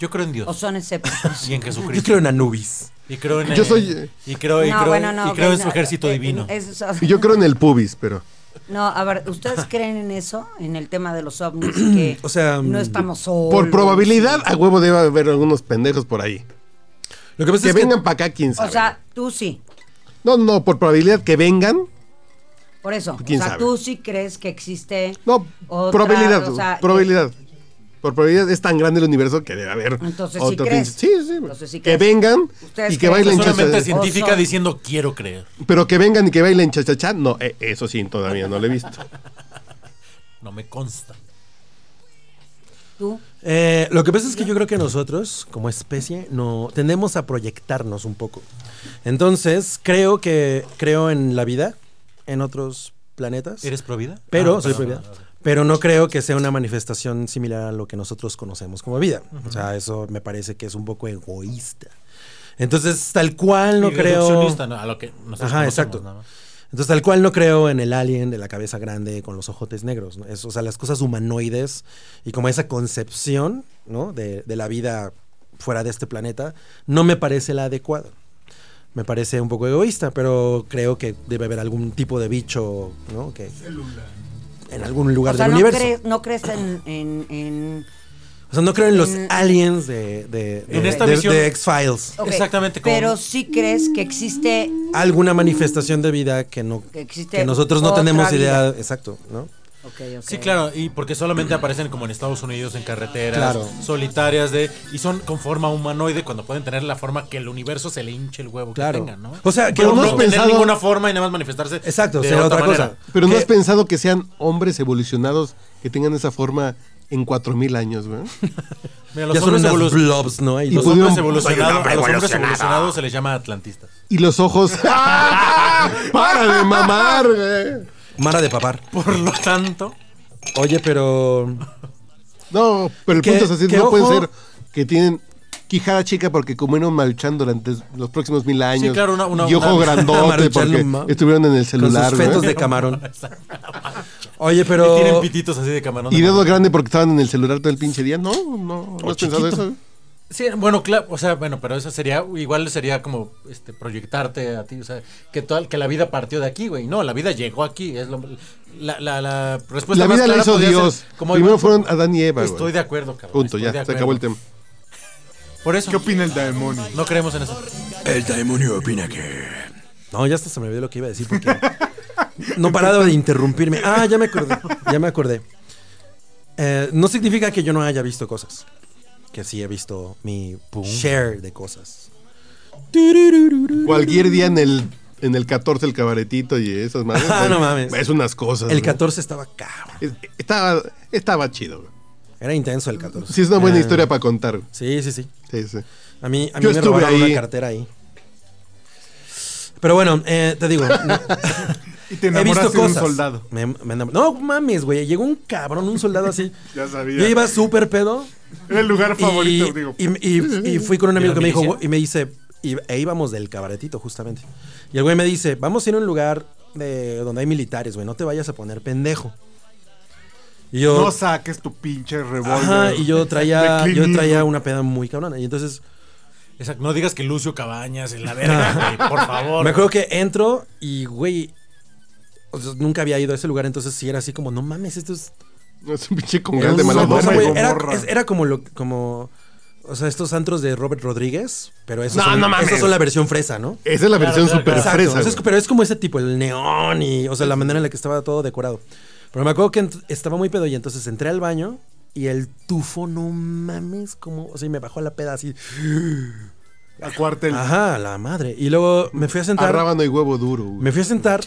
D: Yo creo en Dios
F: ¿O son escépticos?
D: y en
B: Yo
D: Jesucristo
B: creo en Anubis.
D: y creo en
C: Yo
D: eh,
C: soy-
D: y creo y creo, y creo en
F: ok,
D: su ejército
F: eh,
D: divino.
F: eh, eso es-
C: Yo creo en el pubis, pero
F: No, a ver, ¿ustedes creen en eso? En el tema de los ovnis, que
B: O sea, mm,
F: no estamos solos.
C: por probabilidad a huevo debe haber algunos pendejos por ahí.
B: Lo que pasa
C: Que
B: es que-
C: vengan para acá quién sabe.
F: O sea, tú sí,
C: no, no, por probabilidad que vengan.
F: por eso. O
C: Pues, ¿Quién
F: sea,
C: sabe?
F: tú sí crees que existe
C: No,
F: Otra,
C: probabilidad,
F: o sea, eh,
C: probabilidad. Por probabilidad es tan grande el universo que debe haber
F: Entonces, ¿sí
C: otro
F: crees?
C: pinche- Sí, sí.
F: Entonces, ¿sí
C: que
F: crees?
C: vengan
F: Ustedes
C: ¿Em? y que
F: creen
C: bailen
F: que
D: Solamente
C: cha-cha.
D: científica
F: Oso.
D: diciendo quiero creer.
C: Pero que vengan y que bailen cha-cha-cha, no, eh, eso sí, todavía no lo he visto.
D: No me consta.
F: ¿Tú?
B: Eh, lo que pasa es que yo creo que nosotros, como especie, no tendemos a proyectarnos un poco. Entonces, creo que creo en la vida, en otros planetas.
D: ¿Eres provida?
B: Pero, soy propiedad. Pero no creo que sea una manifestación similar a lo que nosotros conocemos como vida. O sea, eso me parece que es un poco egoísta. Entonces, tal cual no creo.
D: A lo que nosotros
B: Ajá,
D: conocemos,
B: exacto.
D: nada más.
B: Entonces, tal cual no creo en el alien de la cabeza grande con los ojotes negros. ¿no? Es, o sea, las cosas humanoides y como esa concepción ¿no? de, de la vida fuera de este planeta no me parece la adecuada. Me parece un poco egoísta, pero creo que debe haber algún tipo de bicho, ¿no? Que, en algún lugar
F: O sea,
B: del
F: no,
B: universo.
F: crees- no crees en, en- en-
B: o sea, no creo en los
F: en-
B: aliens de, de,
D: En
B: de-
D: esta
B: de-
D: visión-
B: de X-Files.
F: Ok,
D: Exactamente, como-
F: Pero sí crees que existe
B: Alguna manifestación de vida que no
F: Que existe
B: que nosotros no
F: otra
B: tenemos
F: vida.
B: idea. Exacto, ¿no?
F: Ok, ok.
D: Sí, claro, y porque solamente aparecen como en Estados Unidos en carreteras
B: Claro.
D: solitarias de y son con forma humanoide cuando pueden tener la forma que el universo se le hinche el huevo
B: Claro.
D: que tengan, ¿no?
B: O sea, que
D: Pero
B: no
D: no
B: hemos
D: tener
C: pensado-
D: ninguna forma y nada más manifestarse.
B: Exacto,
D: de
B: será otra,
D: manera.
B: cosa. Eh,
C: Pero no
B: Que-
C: has pensado que sean hombres evolucionados que tengan esa forma en 4000 años, güey.
D: Mira, los
B: ya son
D: hombres,
B: unas
D: evolu-
B: blobs, ¿no? Y
C: Y
D: los
B: los-
C: pudieron-
D: hombres
C: Soy un
D: evolucionados, a los hombres
H: evolucionado.
D: evolucionados se les llama atlantistas.
C: Y los ojos. ¡Para de mamar, güey!
B: Mara de papar.
D: Por lo tanto,
B: Oye, pero.
C: No, pero el
B: Que-
C: punto es así,
B: que
C: no pueden
B: ojo-
C: ser que tienen quijada chica porque comieron maruchan durante los próximos mil años.
D: claro, una- una-
C: y ojo
D: una-
C: grandote
B: Maruchan,
C: porque
B: ma-
C: estuvieron en el
B: Con
C: celular,
B: sus
C: güey.
B: fetos de camarón. Oye,
D: y tienen
B: pero.
D: pititos así de camarón. de
C: Y dedo
D: manera.
C: grande porque estaban en el celular todo el pinche día. No, no, no has pensado eso.
D: Sí, bueno, claro, o sea, bueno, pero eso sería, igual sería como este, proyectarte a ti, o sea, que, toda, que la vida partió de aquí, güey. No, la vida llegó aquí, es lo, la, la, Pues la
C: La
D: respuesta
C: vida la
D: más clara
C: hizo
D: podría ser
C: Dios.
D: como-
C: Primero fueron Adán y Eva, güey.
D: Estoy de acuerdo, cabrón.
C: Punto,
D: estoy
C: ya,
D: de
C: se
D: acuerdo.
C: acabó el tema.
D: Por eso
A: ¿Qué opina el demonio?
D: no creemos en eso.
H: El demonio opina que.
B: No, ya hasta se me olvidó lo que iba a decir porque. No parado de interrumpirme. Ah, ya me acordé. Ya me acordé. Eh, no significa que yo no haya visto cosas. Que sí he visto mi share de cosas.
C: Cualquier día en el, en el 14 el cabaretito y esas madres.
B: Ah,
C: güey,
B: no mames.
C: Es unas cosas.
B: El
C: ¿no?
B: 14 estaba cabrón.
C: Es- Estaba, estaba chido, güey.
B: Era intenso el 14.
C: Sí, es una buena
B: Eh,
C: historia para contar. güey.
B: Sí, sí, sí.
C: Sí, sí.
B: A mí, a mí
C: Yo
B: me
C: estuve
B: robaron
C: ahí.
B: una cartera ahí. Pero bueno, eh, te digo. no-
A: Y te
B: he visto
A: enamoraste de un
B: cosas.
A: soldado.
B: Me- me enamor- no mames, güey. Llegó un cabrón, un soldado así.
A: Ya sabía.
B: Yo iba súper pedo.
A: Era el lugar
B: y-
A: favorito, digo.
B: Y, y- y fui con un amigo que
D: ¿De la
B: me dijo,
D: milicia?
B: y me dice, y- e íbamos del cabaretito, justamente. Y el güey me dice, vamos a ir a un lugar de, donde hay militares, güey. No te vayas a poner pendejo. Y yo,
A: No saques tu pinche revólver.
B: Ajá, y yo traía,
A: De Clint
B: yo traía
A: Eastwood.
B: una peda muy cabrona. Y entonces
D: Exacto, no digas que Lucio Cabañas en la verga, güey, por favor.
B: Ah. me acuerdo que entro y, güey, o sea, nunca había ido a ese lugar. Entonces sí era así como, no mames, esto es.
C: Es un pinche con
B: Era,
C: grande
B: un
C: mala
B: Sodoma,
A: bomba
C: madre,
A: y
B: güey.
C: güey.
B: Era-
A: Gomorra.
B: es- era como lo. Como, o sea, estos antros de Robert Rodríguez, pero esos,
C: No,
B: son,
C: no mames.
B: esos son la versión fresa, ¿no?
C: Esa es la versión
D: claro,
C: super
B: Exacto,
C: fresa.
B: o sea, es-
C: güey.
B: pero es como ese tipo, el neón y, o sea, la manera en la que estaba todo decorado. Pero me acuerdo que ent- estaba muy pedo y entonces entré al baño y el tufo, no mames, como, o sea, y me bajó la peda así.
A: A cuartel.
B: Ajá, la madre. Y luego me fui a
C: A
B: sentar.
C: rábano y huevo duro. güey.
B: Me fui a sentar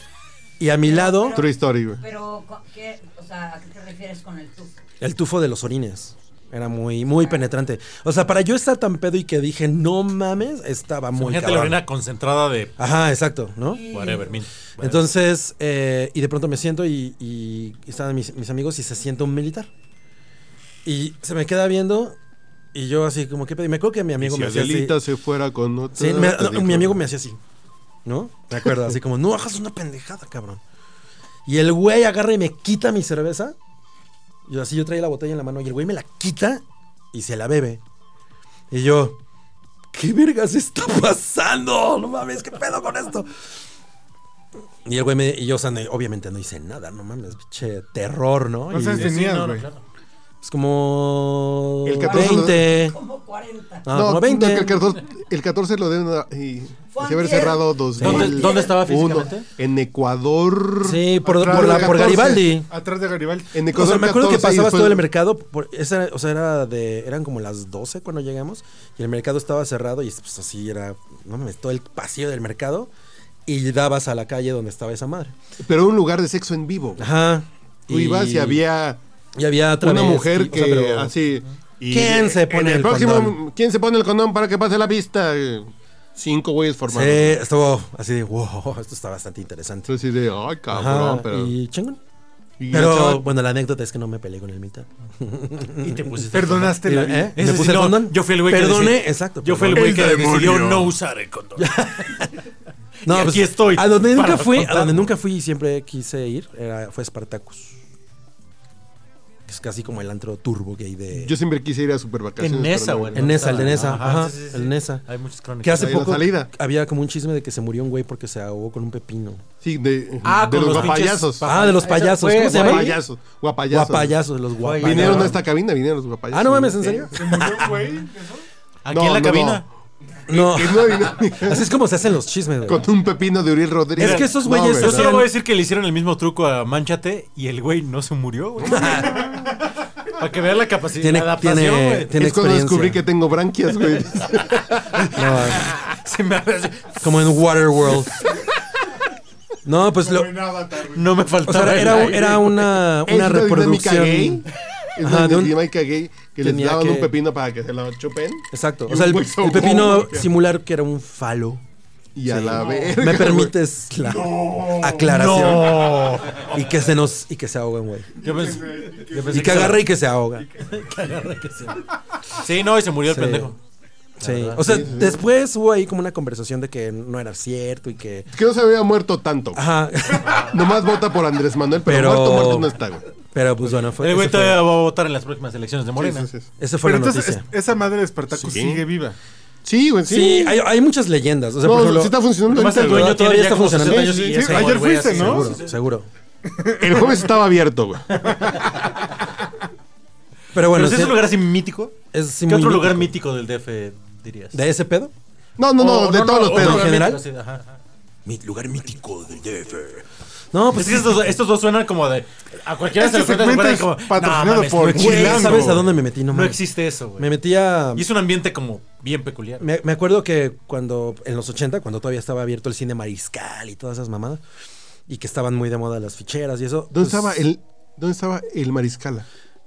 B: y a mi lado
C: True story, güey.
F: Pero, co- ¿qué- o sea, ¿a qué te refieres con el tú?
B: el tufo de los orines. Era muy, muy penetrante. O sea, para yo estar tan pedo y que dije, no mames, estaba muy
D: Imagínate la
B: cabrón.
D: orina concentrada de
B: Ajá, exacto, ¿no?
D: whatever, min- whatever.
B: Entonces, eh, y de pronto me siento y, y estaban mis, mis amigos y se sienta un militar. Y se me queda viendo y yo así como que pedo. Y me acuerdo que mi
C: Y
B: amigo
C: si
B: me hacía así.
C: Adelita se fuera con otra.
B: Sí, me-
C: te
B: no,
C: digo,
B: mi amigo me hacía así, ¿no? Me acuerdo, así como, no hagas una pendejada, cabrón. Y el güey agarra y me quita mi cerveza. Yo así, yo traía la botella en la mano y el güey me la quita y se la bebe. Y yo, ¿qué vergas está pasando? No mames, ¿qué pedo con esto? Y el güey me, y yo, o sea, no- obviamente no hice nada, no mames, pinche terror, ¿no?
A: ¿Cuántos
B: Y
A: años tenías,
D: no, no,
A: güey?
D: claro.
B: es como.
C: El 14
B: 20.
F: Como 40.
C: No,
B: Ah, como
C: no,
B: 20.
C: que el 14, el 14 lo deben. a- y- Así haber cerrado 2000.
D: ¿Dónde- dónde estaba físicamente?
C: En Ecuador.
B: Sí, por,
A: Atrás
B: por
A: de
B: la, por
A: 14,
B: Garibaldi.
A: Atrás de Garibaldi.
C: En
B: O
C: Ecuador.
B: sea, me acuerdo que
C: 14 y
B: pasabas
C: después-
B: todo el mercado, por- esa, o sea, era de, eran como las 12 cuando llegamos y el mercado estaba cerrado y pues así era, no mames, todo el pasillo del mercado y dabas a la calle donde estaba esa madre.
C: Pero era un lugar de sexo en vivo. güey.
B: Ajá.
C: Tú ibas y había
B: y había otra
C: una
B: vez,
C: mujer
B: y- o
C: que
B: sea, pero-
C: así. y-
B: ¿Quién se pone
C: en
B: el
C: próximo,
B: condón?
C: ¿Quién se pone el condón para que pase la vista? Cinco güeyes
B: Sí,
C: formados.
B: estuvo así de, wow, esto está bastante interesante.
C: Entonces, así de, ay, cabrón,
B: Ajá,
C: pero.
B: y chingón.
C: y
B: Pero
C: el chaval-
B: bueno, la anécdota es que no me peleé con el mitad.
D: Y te pusiste.
A: Perdonaste la vida.
B: ¿Eh? ¿Me
D: Ese sí,
B: puse el
D: no,
B: condón?
D: Yo fui el güey que
B: Perdone,
D: decidió-
B: exacto.
D: Yo fui el
B: perdone.
D: güey que
H: El
D: decidió
H: demonio.
D: no usar el condón.
B: No,
D: Y
B: pues,
D: aquí estoy
B: A donde
D: para
B: nunca fui, a donde
D: contarlo.
B: nunca fui y siempre quise ir, era- fue Spartacus. Que es casi como el antro turbo gay de.
C: Yo siempre quise ir a super vacaciones.
D: En Nesa,
C: pero no.
D: güey.
B: En Nesa, el de Nesa,
D: esa
B: ajá, el Nesa.
D: Hay muchas crónicas.
B: que hace
C: Ahí la
B: poco
C: salida.
B: había como un chisme de que se murió un güey porque se ahogó con un pepino.
C: Sí, de,
D: Ah,
C: de
D: con
C: los
D: los pinches
C: guapayazos.
D: pa-
B: Ah, de los
D: Esa
B: payasos.
D: fue,
B: ¿Cómo se
D: güey.
B: llaman?
C: Guapayazos. Guapayazos.
B: Guapayazos, los guapayazos.
C: Vinieron a esta cabina, vinieron los guapayazos.
B: Ah, no mames, ¿en serio?
A: Se murió un güey. eso.
D: Aquí
C: No,
D: en la
C: no,
D: cabina.
B: No.
C: Que no vino-
B: Así es como se hacen los chismes, güey.
C: con un pepino de Uriel Rodríguez.
B: Es que esos
C: No,
B: güeyes-
C: güey.
D: Yo
B: Perdón.
D: solo voy a decir que le hicieron el mismo truco a Manchate y el güey no se murió, güey. Para que vean la capacidad
B: Tiene,
D: de adaptación,
B: tiene,
D: güey.
B: tiene
C: es cuando
B: experiencia.
C: descubrí que tengo branquias, güey.
B: No,
D: Se me hace-
B: como en Waterworld. No, pues lo,
D: No me
B: o
D: faltaba
B: sea,
D: el
B: era,
D: aire.
B: era una,
C: Es
B: una reproducción.
C: dinámica gay. Es
B: Ajá, de
C: una
B: un-
C: dinámica gay que les
B: tenía
C: daban
B: que-
C: un pepino para que se lo chupen.
B: Exacto.
C: Y
B: O sea,
C: un
B: el,
C: güey se
B: el
C: ahogó,
B: pepino
C: güey.
B: simular que era un falo.
C: Y a la verga.
B: ¿Me
C: güey.
B: permites la aclaración? Y que se nos. Y que se ahogan, güey.
D: Yo pensé, yo pensé
B: Y que agarra y que se ahoga.
D: Sí, no, y se murió
B: Sí.
D: el pendejo.
B: Sí. O sea, después hubo ahí como una conversación de que no era cierto y que.
C: Que no se había muerto tanto. güey.
B: Ajá.
C: Nomás vota por Andrés Manuel, pero,
B: Pero-
C: muerto, muerto no está, güey.
B: Pero pues bueno, fue.
D: El güey
B: Esa
D: todavía
B: fue,
D: va a votar en las próximas elecciones de Morena.
C: Sí, sí, sí.
B: esa fue
A: Pero
B: la
A: entonces
B: noticia.
A: es- esa madre de Espartaco
C: Sí.
A: sigue viva.
C: Sí, güey, Pues sí.
B: Sí, hay, hay muchas leyendas. O sea,
C: no,
B: por ejemplo,
C: sí está funcionando
D: Nomás
C: ahorita,
D: el dueño
C: güey.
B: todavía
D: tiene ya
B: está
D: como 60
B: funcionando.
D: años y
A: Sí,
D: ese
A: ayer
D: güey
A: fuiste,
D: así,
A: ¿no?
B: seguro,
D: seguro.
B: seguro.
C: El jueves estaba abierto, güey.
B: Pero
D: Pero
B: bueno,
D: si es
B: sí,
D: un lugar así mítico.
B: es sí
D: ¿Qué
B: muy
D: otro lugar
B: mítico.
D: mítico del DF dirías? Oh,
B: ¿De ese pedo?
C: No, no, no,
D: O-
C: de todos los
D: o-
C: pedos.
D: o-
B: ¿En general?
D: sí, ajá, ajá.
H: Mi lugar mítico del DF.
B: No,
D: Pues
B: pues
D: es que estos, dos- estos dos suenan como de. A cualquiera
A: Este
D: se le cuenta
A: segmento
D: y
A: es
D: como.
A: patrocinado
D: "No mames,
A: por
D: no
B: güey,
D: existe,
A: Chilango".
B: ¿sabes a dónde me metí? No,
D: No
B: mames.
D: existe eso, güey.
B: Me metí a.
D: Y es un ambiente como bien peculiar.
B: Me, me acuerdo que cuando, en los 80, cuando todavía estaba abierto el cine mariscal y todas esas mamadas, y que estaban muy de moda las ficheras y eso.
C: ¿Dónde
B: pues,
C: estaba el. ¿Dónde estaba el mariscala?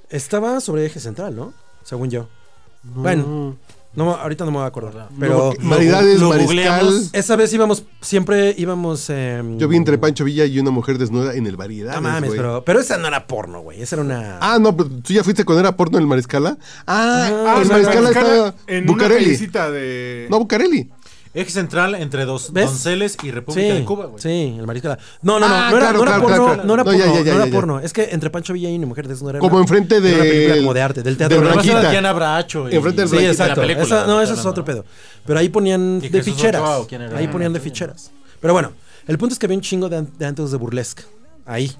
B: Estaba sobre eje central, ¿no? Según yo. Bueno, no, me- ahorita no me voy a acordar. Pero
C: Porque Maridades,
D: lo
C: mariscal.
D: googleamos.
B: esa vez íbamos, siempre íbamos. em,
C: Yo vi entre Pancho Villa y una mujer desnuda en el variedad.
B: No mames, pero, pero esa no era porno, güey. Esa era una.
C: Ah, no, pero tú ya fuiste cuando era porno en el Mariscala. Ah,
A: Ah,
C: el
A: o sea,
C: Mariscala está
A: en una
C: Bucareli.
A: callecita de...
C: No, Bucareli.
D: Eje central entre dos
B: ¿Ves?
D: Donceles y
B: Sí,
D: República de Cuba, güey.
B: sí, el mariscal. No, no, no,
C: Ah,
B: no era,
C: claro,
B: no era
C: claro,
B: porno,
C: claro, claro.
B: no era
C: No,
B: porno,
C: ya, ya, ya,
B: no era
C: ya, ya.
B: porno. Es que entre Pancho Villa y una mujer desnuda era
C: Como
B: una-
C: enfrente
B: era una
C: de-
B: película como de arte, del teatro.
C: de
D: Pero
B: Renacer.
D: vas a
C: Blanquita.
D: la Diana Bracho y,
C: Enfrente del
B: Sí,
D: y
C: Blanquita.
B: exacto.
D: la película,
B: Esa- no, eso
D: estoy
B: es
D: hablando.
B: otro pedo. Pero ahí ponían
D: ¿Y
B: de
D: Jesús
B: ficheras.
D: Ochoa o quién era?
B: Ahí
D: Ah,
B: ponían de
D: sí.
B: ficheras. Pero bueno, el punto es que había un chingo de, an- de antros de burlesque. Ahí.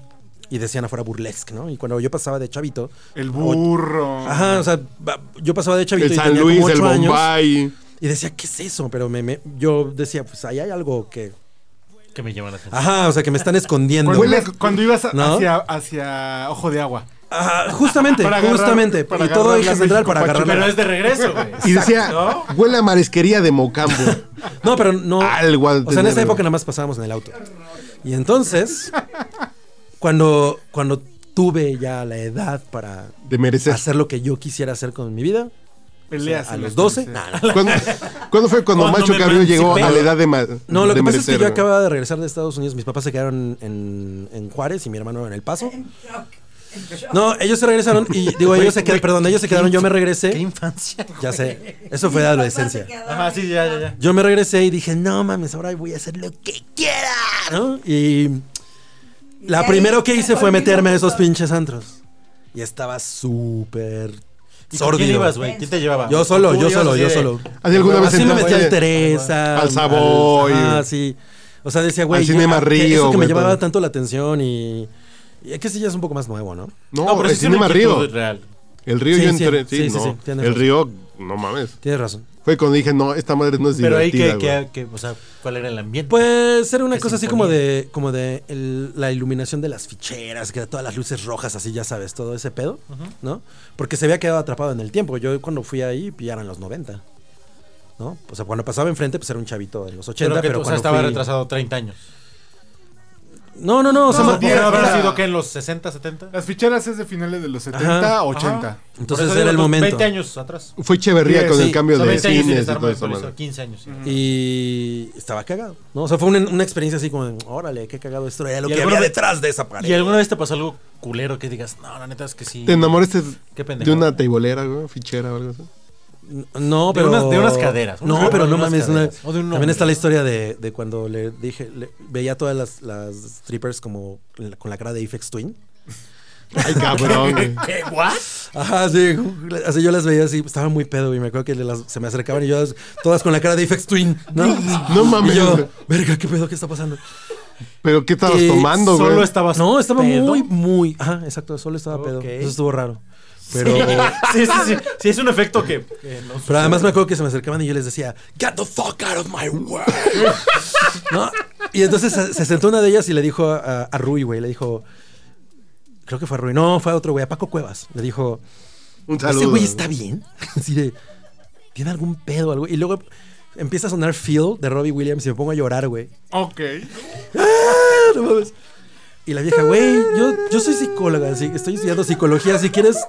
B: Y decían afuera burlesque, ¿no? Y cuando yo pasaba de chavito.
A: El burro.
B: Ajá, o sea, va- yo pasaba de chavito
C: El
B: y
C: San
B: tenía
C: Luis,
B: como
C: el
B: ocho años.
C: Bombay.
B: Y decía, ¿qué es eso? Pero me, me- yo decía, pues ahí hay algo que.
D: Que me llama la atención.
B: Ajá, o sea, que me están escondiendo.
A: Cuando, ibas- cuando ibas a-
B: ¿No?
D: ¿Ah?
A: hacia, hacia Ojo de Agua.
B: Ajá, justamente,
A: Para agarrar-
B: justamente.
A: para
B: y todo
A: agarrar
B: eje
A: la
B: central
A: México
B: para agarrar.
D: Pero
B: la-
D: es de regreso, güey.
C: Y decía, huele a marisquería de Mocambo.
B: No, pero no.
C: Algo ha de
B: O sea, en
C: tener,
B: esa época
C: güey.
B: nada más pasábamos en el auto. Y entonces, cuando, cuando tuve ya la edad para
C: De merecer.
B: hacer lo que yo quisiera hacer con mi vida,
A: Peleas.
B: a
A: en
B: los
A: la
B: 12,
A: tercera.
B: nah, nah,
C: ¿Cuándo, cuándo fue cuando,
D: Cuando
C: Macho
D: me
C: Cabrío llegó a
D: emancipé.
C: la edad de ma-
B: no, lo
C: de
B: que pasa es que
C: merecer,
B: yo
C: güey?
B: acababa de regresar de Estados Unidos, mis papás se quedaron en, en Juárez y mi hermano en El Paso. No, ellos se regresaron y digo, ellos se quedaron, perdón, ellos se quedaron, yo me
D: Qué
B: regresé.
D: infancia.
B: Ya sé, eso fue de adolescencia.
D: Ajá, sí, ya, ya, ya.
B: Yo me regresé y dije, no mames, ahora voy a hacer lo que quiera, ¿no? Y la
F: ahí
B: primero que hice
F: fue
B: fue
F: el mismo
B: meterme a esos
F: punto.
B: pinches antros. Y estaba súper
D: ¿Y con
B: sordido.
D: quién ibas, güey? ¿Quién te llevaba?
B: Yo solo,
D: Tú
B: yo
D: ibas
B: solo,
D: así
B: yo
D: de-
B: solo.
C: Así alguna vez
B: Así me
C: entraste
B: metí al Teresa,
C: al Savoy,
B: Ah, sí. O sea, decía, güey,
C: al Cinema
B: que
C: Río,
B: eso que me
C: güey,
B: llamaba
C: todo.
B: tanto la atención y, y que sí ya es un poco más nuevo, ¿no?
C: No,
D: No, pero
C: el
D: sí es una
C: Cinema Río.
D: inquietud real.
C: El río
B: Sí,
C: yo
B: sí,
C: entré. Sí,
B: sí, sí,
C: no.
B: sí, tienes
C: el
B: razón.
C: río, no mames.
B: Tienes razón.
C: Fue cuando dije, no, esta madre no es
D: Pero ahí
C: divertida.
D: que,
C: güey.
D: que, que, o sea, ¿cuál era el ambiente?
B: Pues era una
D: ¿Qué
B: cosa así
D: sinfonía?
B: como de, como de el- la iluminación de las ficheras, que todas las luces rojas, así ya sabes, todo ese pedo, ¿no? Porque se había quedado atrapado en el tiempo. Yo cuando fui ahí pillaron los 90, ¿no? O sea, cuando pasaba enfrente, pues era un chavito de los 80,
D: Pero
B: pero,
D: que, o sea,
B: cuando
D: estaba
B: fui-
D: retrasado 30 años.
B: No, no, no, o sea,
D: No,
B: más-
D: pero habrá
C: era-
D: sido que en los 60, 70.
A: Las ficheras es de finales de los 70,
B: Ajá,
A: 80.
B: entonces
D: Por eso
B: era el
D: digo,
B: momento.
D: 20 años atrás.
C: Fue Echeverría
A: Sí,
C: con
B: sí.
C: el cambio
D: O sea,
C: de
D: 20 años sin
C: cines y
D: estar
C: todo eso.
D: monitorizado,
C: madre.
D: 15 años. sí.
B: Y estaba cagado, ¿no? O sea, fue una, una experiencia así como, de, órale, qué cagado esto, era lo
D: Y
B: que
D: alguna
B: había
D: vez-
B: detrás de esa pared.
D: ¿Y alguna vez te pasó algo culero que digas, no, la neta es que sí?
C: ¿Te enamoraste
D: Qué pendejo.
C: de una teibolera, güey? Fichera o algo así.
B: No,
D: De
B: pero.
D: unas- de unas caderas.
B: No,
D: Una-
B: pero
D: de
B: no
D: unas
B: mames. una-
D: caderas. O de un
B: También
D: hombre.
B: está la historia de, de cuando le dije. le- veía todas las, las strippers como la- con la cara de Ifex Twin.
C: Ay, cabrón, güey.
D: ¿Qué? ¿What?
B: Ajá, sí. Así yo las veía así. Estaba muy pedo y me acuerdo que le las- se me acercaban y yo las- todas con la cara de Ifex Twin. No,
C: No mames.
B: Y yo, verga, qué pedo, qué está pasando.
C: Pero ¿qué estabas
B: Eh,
C: tomando, güey?
D: Solo estabas.
B: No, estaba
D: pedo.
B: muy, muy. Ajá, exacto. Solo estaba
D: Ok.
B: pedo. Eso estuvo raro. Pero.
D: Sí, sí, sí. Sí, es un efecto que. que no
B: Pero además me acuerdo que se me acercaban y yo les decía, Get the fuck out of my way. ¿No? Y entonces se, se sentó una de ellas y le dijo a, a Rui, güey, le dijo, creo que fue a Rui, no, fue a otro güey, a Paco Cuevas. Le dijo,
C: Un
B: ¿ese
C: saludo.
B: güey está bien? Así de, ¿tiene algún pedo o algo? Y luego empieza a sonar Feel de Robbie Williams y me pongo a llorar, güey.
A: Ok.
B: ¡Ah, no mames! Y la vieja, güey, yo, yo soy psicóloga, así, estoy estudiando psicología, si quieres
D: Con,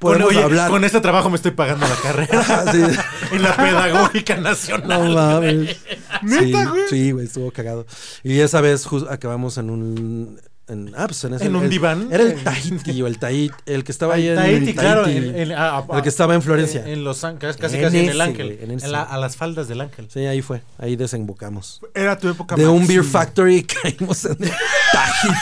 B: podemos
D: oye,
B: hablar.
D: con este trabajo me estoy pagando la carrera.
B: Así de-
D: en la Pedagógica
B: No
D: Nacional.
B: mames.
A: ¿Neta,
B: sí,
A: güey?
B: Sí, güey, estuvo cagado. Y esa vez jus- acabamos en un. En, ah, pues en, ese-
D: ¿En un
B: el-
D: diván? Ah,
B: Era el Tahiti o el Tahiti. El que estaba ahí en.
D: Tahiti,
B: en
D: claro.
B: Tahiti.
D: en- en- a- a-
B: el que estaba en Florencia.
D: En, en Los Ángeles, casi
B: En
D: casi en
B: ese,
D: el Ángel.
B: güey, en ese.
D: en la- a las faldas del Ángel.
B: Sí, ahí fue. Ahí desembocamos.
A: Era tu época
B: De un
A: máxima.
B: beer factory caímos en Tahiti.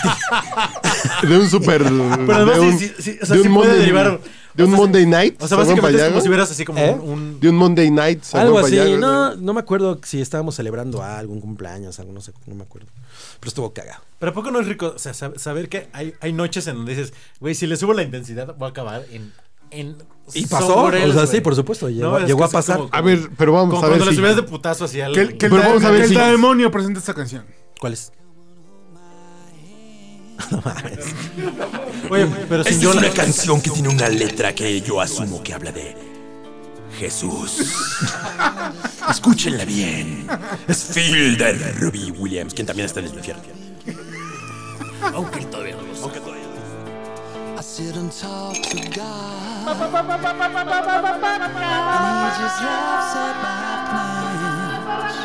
C: De un super.
D: Pero además,
C: de un,
D: sí, sí, sí, o sea,
C: de
D: sí
C: un
D: puede
C: Monday,
D: derivar.
C: De
D: o
C: un
D: sea,
C: Monday night.
D: O sea,
C: se van para
D: básicamente es
C: allá,
D: como si
C: güey.
D: hubieras así como
B: ¿Eh?
D: un- un
C: De un Monday night. se
B: Algo
C: van para
B: así.
C: allá, güey.
B: no, no me acuerdo si estábamos celebrando algún cumpleaños, algo, no sé, no me acuerdo. Pero estuvo cagado.
D: Pero ¿a poco no es rico o sea, sab- saber que hay, hay noches en donde dices, güey, si le subo la intensidad, voy a acabar en. en
B: Y pasó,
D: sobres,
B: o sea, sí,
D: güey".
B: por supuesto, llegó-
D: es
B: llegó
D: que
B: a
D: es
B: pasar.
D: como-
C: A ver, pero vamos
D: como
C: a ver.
D: cuando le
C: si-
D: subías de putazo hacia algo.
A: Que, que el,
C: Pero
A: da-
C: vamos a ver
A: que el
C: si-
A: demonio presenta esta canción.
B: ¿Cuál es?
D: Oye, pero sin
H: Esta es
D: yo
H: una canción que tiene una letra que yo asumo que habla de Jesús. Escúchenla bien. Es Phil de Ruby Williams, quien también está en el infierno. Aunque todavía no lo sabe.
E: I sit and talk to God. And he just laughs at my plans.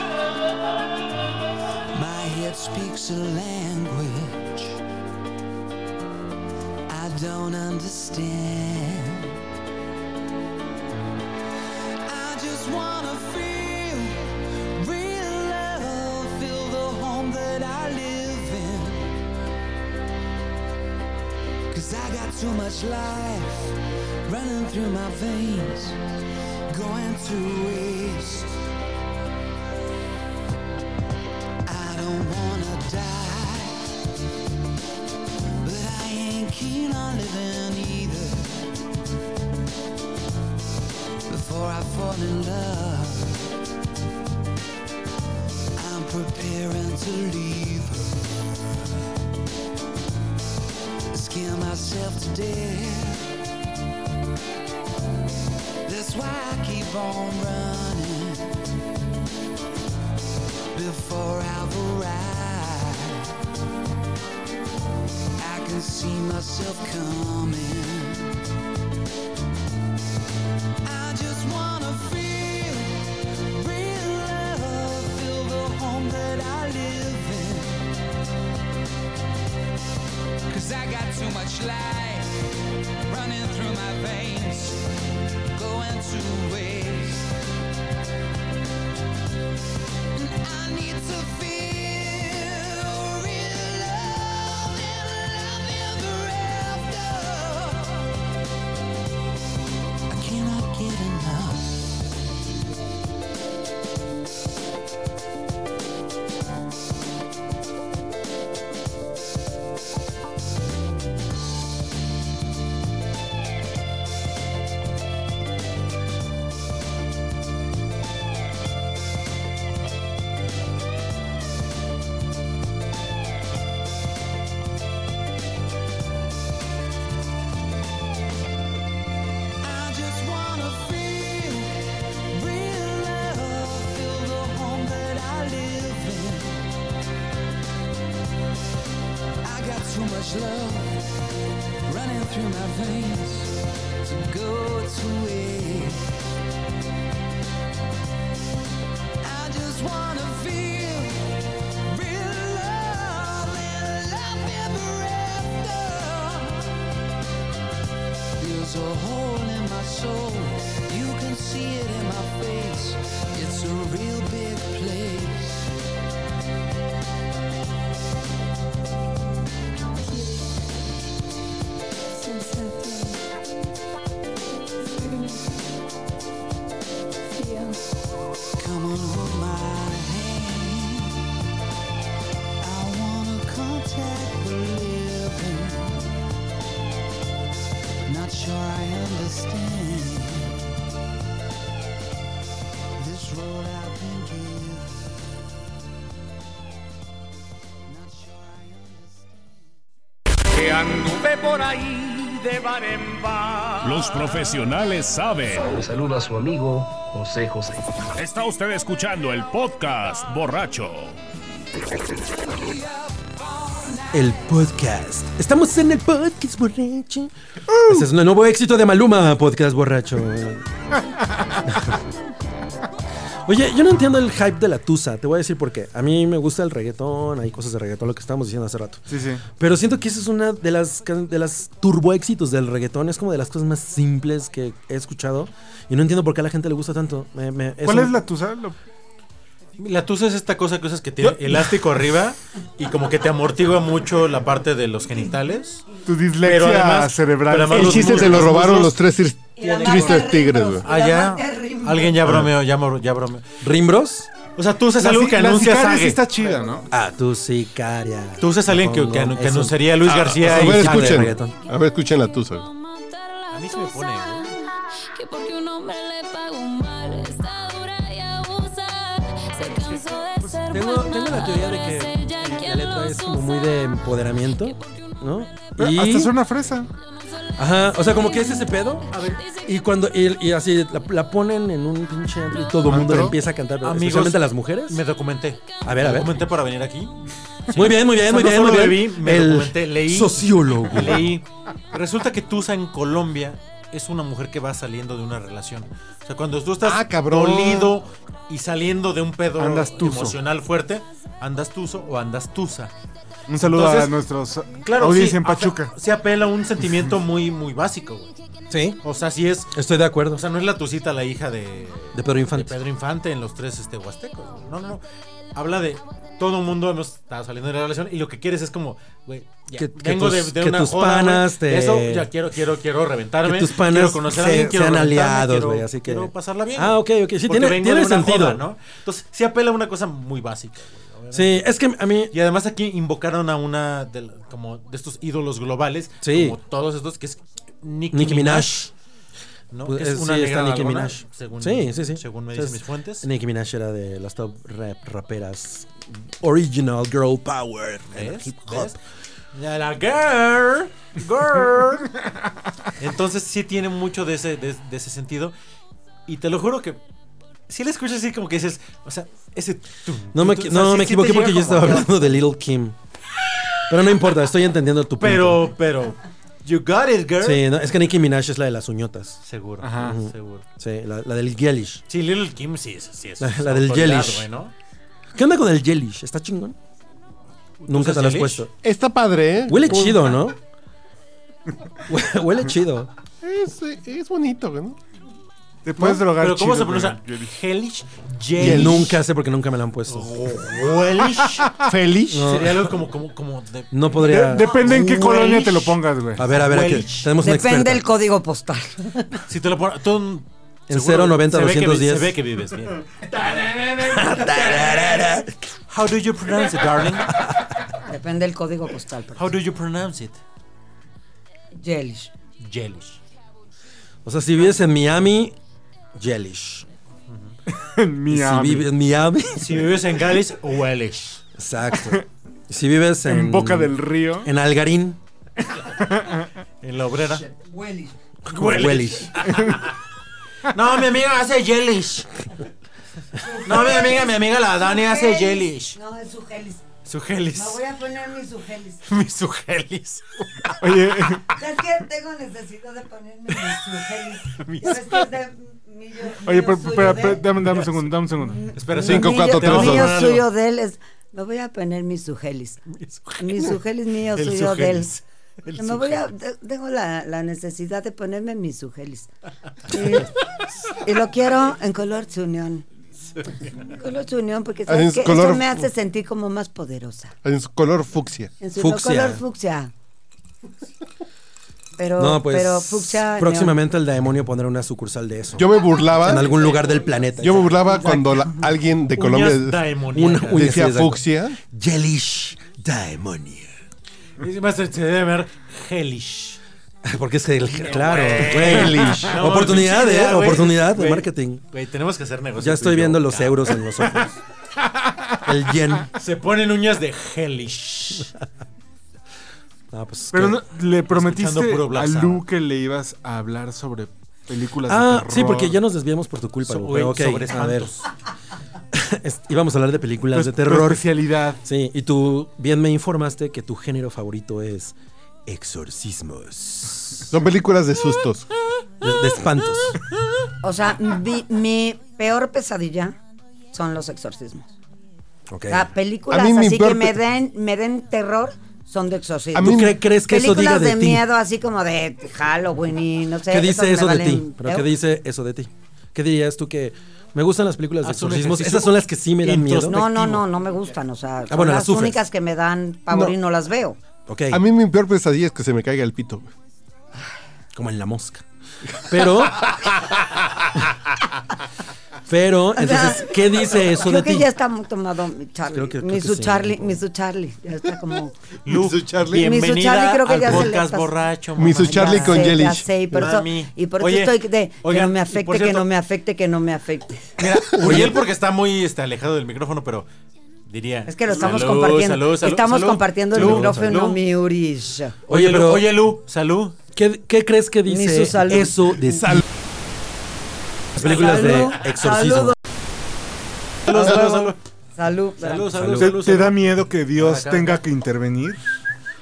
E: My head speaks a language I don't understand. I just wanna feel real love, feel the home that I live in. Cause I got too much life running through my veins, going to waste. I don't wanna die, but I ain't keen on living either. Before I fall in love, I'm preparing to leave her. scare myself to death. That's why I keep on running before I've arrived. I can see myself coming. I just wanna feel real love, feel the home that I live in. Cause I got too much life running through my veins, going to waste. And I need to feel real love and love ever after. I cannot get enough. too much love running through my veins to go to waste. I just wanna feel real love and love ever after. There's a hole in my soul, you can see it in my face. It's a real big place. Come and hold my hand. I wanna contact the living. Not sure I understand this road I've been given. Not sure I understand.
J: Que anduve por ahí de bar en bar.
I: Los profesionales saben.
K: Le saluda a su amigo José José.
I: Está usted escuchando el podcast borracho.
B: El podcast. Estamos en el podcast borracho.
A: Ah.
B: Ese es un nuevo éxito de Maluma, podcast borracho. Oye, yo no entiendo el hype de la tusa. Te voy a decir por qué. A mí me gusta el reggaetón, hay cosas de reggaetón, lo que estábamos diciendo hace rato.
A: Sí, sí.
B: Pero siento que esa es una de las, can- de las turbo éxitos del reggaetón. Es como de las cosas más simples que he escuchado. Y no entiendo por qué a la gente le gusta tanto. Me- me-
A: ¿Cuál
B: un-
A: es la tusa? Lo-
D: La tusa es esta cosa que usas que tiene elástico arriba y como que te amortigua mucho la parte de los genitales.
A: Tu dislexia
D: Pero además-
A: cerebral.
D: pero además
C: El
D: los
C: chiste
D: muslos,
C: se lo
D: los
C: robaron
D: muslos.
C: los tres tir- tristes tigres, güey.
D: Ah, ya. Alguien ya bromeó, ya, mor- ya bromeó.
B: ¿Rimbros?
D: O sea, tusa es
A: La
D: algo
A: ci-
D: que
A: la
D: anuncia
A: sicaria sí
D: Sage.
A: está chida, ¿no?
B: Ah, tu sicaria.
D: Tusa es alguien que, que, anu- que
B: Eso.
D: anunciaría Luis García
C: A
D: y
C: ver,
B: ya, de
C: escuchen.
B: reggaetón.
C: A ver, escuchen la tusa. güey.
D: A mí se me pone, güey.
L: Que porque un hombre le paga un mal está dura y abusa. Se cansó de ser
B: pues, Tengo, tengo la teoría de que la letra es como muy de empoderamiento, ¿no?
A: Pero
B: Y,
A: Hasta suena fresa.
B: ajá, o sea, como que es ese pedo. A ver, y cuando y, y así la, la ponen en un pinche antro y todo el mundo la
A: ¿Antro?
B: empieza a cantar, pero
D: Amigos,
B: especialmente las mujeres.
D: Me documenté.
B: A ver, a
D: Me
B: ver.
D: documenté para venir aquí.
B: Muy bien, muy bien, muy
D: O sea,
B: bien,
D: no
B: muy
D: solo
B: bien.
D: bebí, me documenté, leí.
B: sociólogo.
D: Leí. Resulta que Tusa en Colombia es una mujer que va saliendo de una relación. O sea, cuando tú estás
A: Ah, cabrón.
D: dolido y saliendo de un pedo
A: Andas tuso.
D: emocional fuerte, andas tuso o andas tusa.
A: Un saludo
D: Entonces,
A: a nuestros
D: Claro,
A: audiencia
D: sí,
A: en Pachuca.
D: ape- Se apela a un sentimiento muy, muy básico, güey.
B: Sí,
D: O sea, sí es.
B: estoy de acuerdo.
D: O sea, no es la tucita la hija de,
B: De Pedro Infante.
D: de Pedro Infante en los tres este, huastecos. güey. No, no, no. Habla de todo el mundo hemos estado saliendo de la relación y lo que quieres es como, güey, ya,
B: Que- que
D: vengo
B: tus-
D: de, de
B: que
D: una
B: tus
D: joda,
B: panas
D: güey.
B: te-
D: Eso, ya quiero, quiero, quiero reventarme.
B: que tus panas
D: quiero conocer a
B: se-
D: alguien, quiero
B: sean
D: reventarme,
B: aliados,
D: quiero-
B: güey, así que-
D: Quiero pasarla bien.
B: Ah, ok, ok. Sí,
D: Porque
B: tiene-
D: vengo
B: tiene
D: de una
B: sentido.
D: joda, ¿no? Entonces, sí apela a una cosa muy básica, güey, obviamente.
B: Sí, es que a mí
D: Y además aquí invocaron a una de, la- como de estos ídolos globales,
B: Sí.
D: como todos estos, que es Nicki,
B: Nicki
D: Minaj.
B: Minaj.
D: ¿no?
B: Pues,
D: Que
B: eh,
D: es una
B: sí,
D: negra
B: está Nicki
D: nalgona,
B: Minaj.
D: Según,
B: sí, sí, sí.
D: Según me
B: Entonces,
D: dicen mis fuentes.
B: Nicki Minaj era de las top rap- raperas original girl power en el
D: ¿Ves?
B: hip hop.
D: ¿Ves? Ya La girl, girl. Entonces sí tiene mucho de ese, de, de ese sentido. Y te lo juro que si la escuchas así como que dices, o sea, ese... tum,
B: No me,
D: tum,
B: equi-
D: tum, o sea,
B: no,
D: sí-
B: me
D: sí te
B: equivoqué
D: llega
B: porque yo
D: como-
B: estaba hablando de Little Kim. Pero no importa, estoy entendiendo tu punto.
D: Pero, pero... You got it, girl.
B: Sí, no, es que Nicki Minaj es la de las uñotas.
D: Seguro,
A: Ajá.
D: seguro.
B: Sí, la, la del Gelish.
D: Sí, Little Kim sí es. Sí es
B: La-
D: es
B: la del
D: autoridad,
B: Jellish.
D: güey, ¿no?
B: ¿Qué onda con el Gelish? ¿Está chingón? Nunca
D: usas
B: te lo has
D: Gelish?
B: puesto.
C: Está padre, ¿eh?
B: Huele
C: Como-
B: chido, ¿no? Hue- Huele chido.
C: Es, es bonito, ¿no?
A: Te puedes drogar
D: Pero ¿cómo
A: chido,
D: se
A: güey.
D: pronuncia? Hellish,
B: Y
D: Jellish.
B: nunca sé porque nunca me la han puesto.
D: Oh, Wellish.
C: Feliz.
D: Sería algo como, como, como de-
B: No
A: De-
B: podría.
A: depende en qué
D: Güey.
A: colonia te lo pongas, güey.
B: A ver, a ver, aquí
D: Welsh.
B: tenemos un
F: Depende
B: experto.
F: del código postal.
D: Si te lo pones. Tú, un-
B: En
D: seguro
B: 090
D: se ve que vi-
B: 210.
D: Se ve que vives bien. How do you pronounce it, darling?
F: Depende del código postal. pero-
D: How do you pronounce it?
F: Jellish.
D: Jellish.
B: O sea, si vives en Miami, Gelish. Y
A: En Miami.
B: Si vives en Miami,
D: Si vives en Gales, Wellish.
B: exacto. Y Si vives en,
A: En Boca del Río.
B: en Algarín,
D: En la obrera.
B: Wellish.
D: No, mi amiga hace Jellish. No, mi amiga, mi amiga la Dani hace Jellish.
F: No, es su Hellish.
D: Sugelis.
F: Me voy a poner mis sugelis.
D: Mi sugelis.
A: Oye,
F: ¿Sabes qué? Tengo necesidad de ponerme mis
A: Mis-
F: sugelis. ¿Sabes qué? Es de mi yo-
A: oye,
F: mío
A: pero,
F: suyo ¿eh?
A: pero-
F: de-
A: pero- dame, dame un segundo, dame un segundo.
D: Espera,
F: Mi
D: cinco,
F: yo-
D: cuatro, tres,
F: el
D: dos.
F: mío
D: Algo.
F: suyo de él es. Me voy a poner mis sugelis. Mis sugelis mío
D: El
F: suyo de él.
D: sugelis.
F: Me
D: El
F: voy a, te- tengo la, la necesidad de ponerme mis sugelis. Y, y lo quiero en color unión. Color unión porque
C: Ah, en
F: ¿sabes qué?
C: color-
F: eso me hace sentir como más poderosa.
C: En su color fucsia.
F: En su
B: Fucsia.
F: color fucsia. Pero,
B: no, pues.
F: pero fucsia. neón.
B: próximamente el demonio pondrá una sucursal de eso.
C: Yo me burlaba.
B: en algún lugar del planeta.
C: Yo me burlaba cuando la- alguien de Colombia
D: Uñas
B: Una
D: daemoníacas.
B: uña,
C: decía
B: sí, exacto.
C: fucsia.
B: Gelish Daemonia.
D: Y además se debe ver hellish.
B: Porque es que el. Claro, güey.
C: Gelish.
D: No,
B: oportunidad,
D: pinche idea,
B: ¿eh?
D: güey.
B: Oportunidad de
D: Güey,
B: marketing.
D: Güey, tenemos que hacer negocios.
B: Ya estoy viendo los euros en los ojos. El yen.
D: Se ponen uñas de hellish.
B: Ah, pues es
A: pero
B: que-
A: no, le prometiste
D: puro Black
A: a
D: Sabbath.
A: Lu que le ibas a hablar sobre películas de
B: Ah,
A: terror.
B: sí, porque ya nos desviamos por tu culpa.
D: So-
B: güey, pero
D: güey,
B: ok,
D: sobre
B: a ver.
D: espantos.
B: Es- Íbamos a hablar de
A: Tu-
B: películas de
A: tu
B: terror.
A: especialidad.
B: Sí, y tú bien me informaste que tu género favorito es exorcismos.
C: Son películas de sustos.
B: De, de espantos.
F: O sea, vi- mi peor pesadilla son los exorcismos.
B: Ok.
F: O sea, Ah, películas
C: A mí mi
F: así
C: peor
F: que me
C: pe-
F: den, me den terror son de exorcismos.
C: A
B: ¿Tú
C: mí-
B: cre- crees que eso diga
F: películas
B: de,
F: de,
B: ti?
F: miedo así como de Halloween y no sé.
B: ¿Qué
F: esas
B: dice eso
F: me
B: de ti?
F: valen
B: ¿Pero qué
F: peor.
B: dice eso de ti? ¿Qué dirías tú que me gustan las películas de
D: Haz un
B: exorcismos?
D: ejercicio
B: Esas son las que sí me dan miedo.
F: No, no, no, no me gustan. O sea, son
B: Ah, bueno, las
F: las
B: sufres.
F: únicas que me dan pavor
C: No.
F: y no las veo.
B: Ok,
C: A mí mi peor pesadilla es que se me caiga el pito. güey.
B: como en la mosca. Pero. eh, pero, entonces, ¿qué dice eso de
F: Creo que
B: ti?
F: ya está muy tomado mi Charlie.
B: Creo que- creo
F: mi
B: que
F: su
B: sí,
F: Charlie,
B: un poco.
F: mi su Charlie. Ya está como.
D: Lu,
C: Miss Charlie.
F: Miss
D: bienvenida
F: Charlie creo que
D: al
F: ya se le
D: podcast
F: pasó.
D: borracho,
C: Miss
D: mamá.
C: Charlie
F: Ya
C: con
F: sé, ya
C: Yelich.
F: sé, y por eso-
D: Mami.
F: y por
D: Oye,
F: eso estoy de
D: oigan,
F: que no me
D: y por
F: afecte, que
D: cierto-
F: no me afecte, que no me afecte.
D: Mira, Uriel porque está muy este, alejado del micrófono, pero diría.
F: Es que lo estamos
D: Salud,
F: compartiendo.
D: salud, salud,
F: estamos
D: salud.
F: compartiendo el
D: Salud,
F: micrófono,
D: salud.
F: mi Urish.
B: Oye,
D: Oye, Lu,
B: pero-
D: oye, Lu, salud.
B: ¿Qué, qué crees que dice
F: su salud.
B: eso de ti?
C: Salud.
B: Las películas
F: Salud,
B: de exorcismo.
F: saludo.
D: Salud, salud, salud.
F: Salud.
D: Salud,
A: ¿Te,
D: salud,
A: te
D: salud,
A: da
D: salud.
A: miedo que Dios
D: Acá.
A: tenga que intervenir?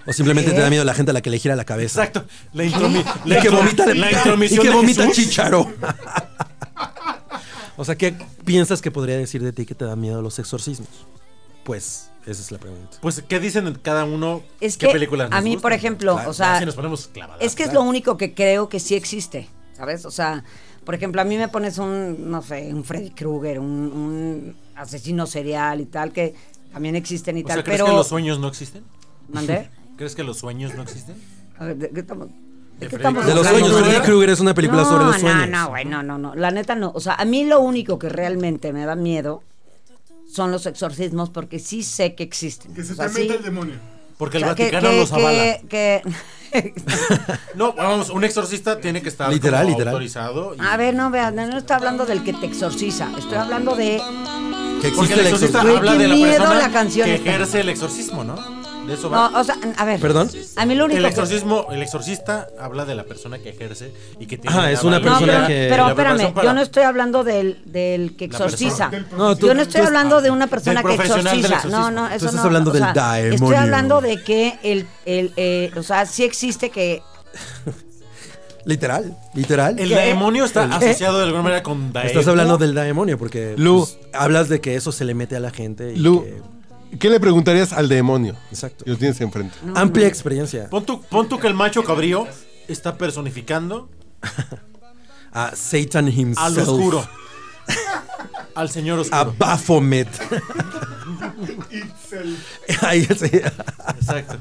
B: O simplemente
F: ¿Qué?
B: te da miedo la gente a la que le gira la cabeza.
D: Exacto. La, intromi
B: Y
D: la
B: que
D: intro-
B: vomita,
D: la
B: y
D: intromisión
B: que
D: de
B: vomita
D: Jesús.
B: chicharo. o sea, ¿qué piensas que podría decir de ti que te da miedo los exorcismos? Pues, esa es la pregunta.
D: Pues, ¿qué dicen cada uno?
F: Es
D: ¿Qué
F: que
D: películas
F: a
D: nos
F: mí,
D: gustan?
F: por ejemplo,
D: Claro,
F: o sea,
D: si nos ponemos clavadas.
F: Es que es
D: claro.
F: lo único que creo que sí existe, ¿sabes? O sea, por ejemplo, a mí me pones un, no sé, un Freddy Krueger, un, un asesino serial y tal, que también existen y
D: O
F: tal,
D: sea, ¿crees
F: pero...
D: que los sueños no existen?
F: ¿Mandé?
D: ¿Crees que los sueños no existen?
F: A ver, ¿de qué estamos- de qué
D: Freddy
F: estamos
B: De los
F: hablando?
B: sueños, Freddy Krueger es una película
F: no,
B: sobre los sueños.
F: No, no, güey, no, no, no. La neta no. O sea, a mí lo único que realmente me da miedo son los exorcismos porque sí sé que existen. O sea, sí-
A: demonio.
D: Porque
F: o
D: el
F: sea, que-
D: Vaticano
F: que-
D: los avala.
F: que- que-
D: No, vamos, un exorcista tiene que estar
B: Literal,
D: como
B: literal.
D: autorizado. y-
F: A ver, no, vean, no estoy hablando del que te exorciza, estoy hablando de...
B: Que
D: Porque
B: existe
D: el
B: el
D: exorcista
B: exorcismo.
F: Güey,
D: habla
F: qué
D: de la
F: miedo
D: persona
F: la canción
D: que
F: esta.
D: ejerce el exorcismo, ¿no? De eso va.
F: No, o sea, a ver.
B: Perdón.
F: A mí lo único
D: el
F: que-
D: exorcismo, el exorcista habla de la persona que ejerce y que tiene
B: Ajá, Ah, es una
F: No,
B: persona
F: pero,
D: valentía
B: que-
D: y
F: pero
D: Eh, la
F: espérame,
D: preparación para-
F: yo no estoy hablando del, del que
D: La persona-
F: exorciza.
D: del
B: No, tú-
F: yo no estoy
B: tú-
F: hablando de una persona
D: del
F: que
D: profesional del
F: exorciza. No,
D: exorcismo.
F: no,
D: Tú
F: eso
B: estás
F: no,
B: hablando
F: o
B: del
F: sea, Estoy
B: demonio.
F: hablando de que el, el eh, o sea, sí existe que
B: Literal, literal.
D: El demonio está asociado de alguna manera con Daemon.
B: Estás hablando del demonio porque
C: Lu.
B: pues, hablas de que eso se le mete a la gente. Y
C: Lu,
B: que-
C: ¿qué le preguntarías al demonio?
B: Exacto.
C: Y lo tienes enfrente.
B: Amplia experiencia.
D: Pon tú, pon tú que el macho cabrío está personificando
B: A Satan himself.
D: al oscuro. al señor
B: A
D: oscuro.
B: Baphomet. Ahí sí.
D: Exacto.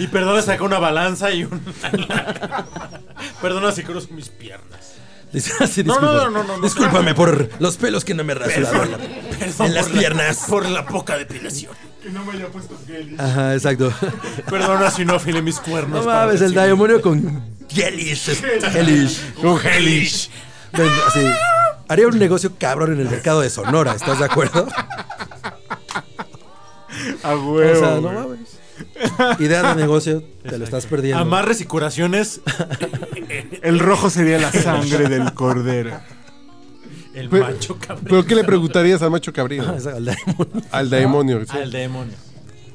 D: Y perdona, saca una balanza y un. perdona si cruzo mis piernas.
B: Dice así,
D: No, no,
B: disculpa.
D: no, no, no.
B: Discúlpame por los pelos que no me he rasurado en, la- en las
D: por la-
B: piernas.
D: por la poca depilación.
A: Que no me haya puesto gel.
B: Ajá, exacto.
D: Perdona si no afilé mis cuernos.
B: No
D: para
B: mames, el
D: decirlo.
B: demonio con Gelish. es- Gelish.
D: Con Hellish.
B: Ven, así. Haría un negocio cabrón en el mercado de Sonora, ¿estás de acuerdo? O
A: A huevo.
B: sea, no
A: güey.
B: mames. Idea de negocio, te lo estás perdiendo.
D: Amarres y curaciones.
A: El rojo sería la sangre del cordero.
D: El
C: Pero-
D: macho cabrío.
C: ¿Pero qué le preguntarías al macho cabrío?
B: Esa- al demonio.
C: Al demonio. sí.
D: Al demonio.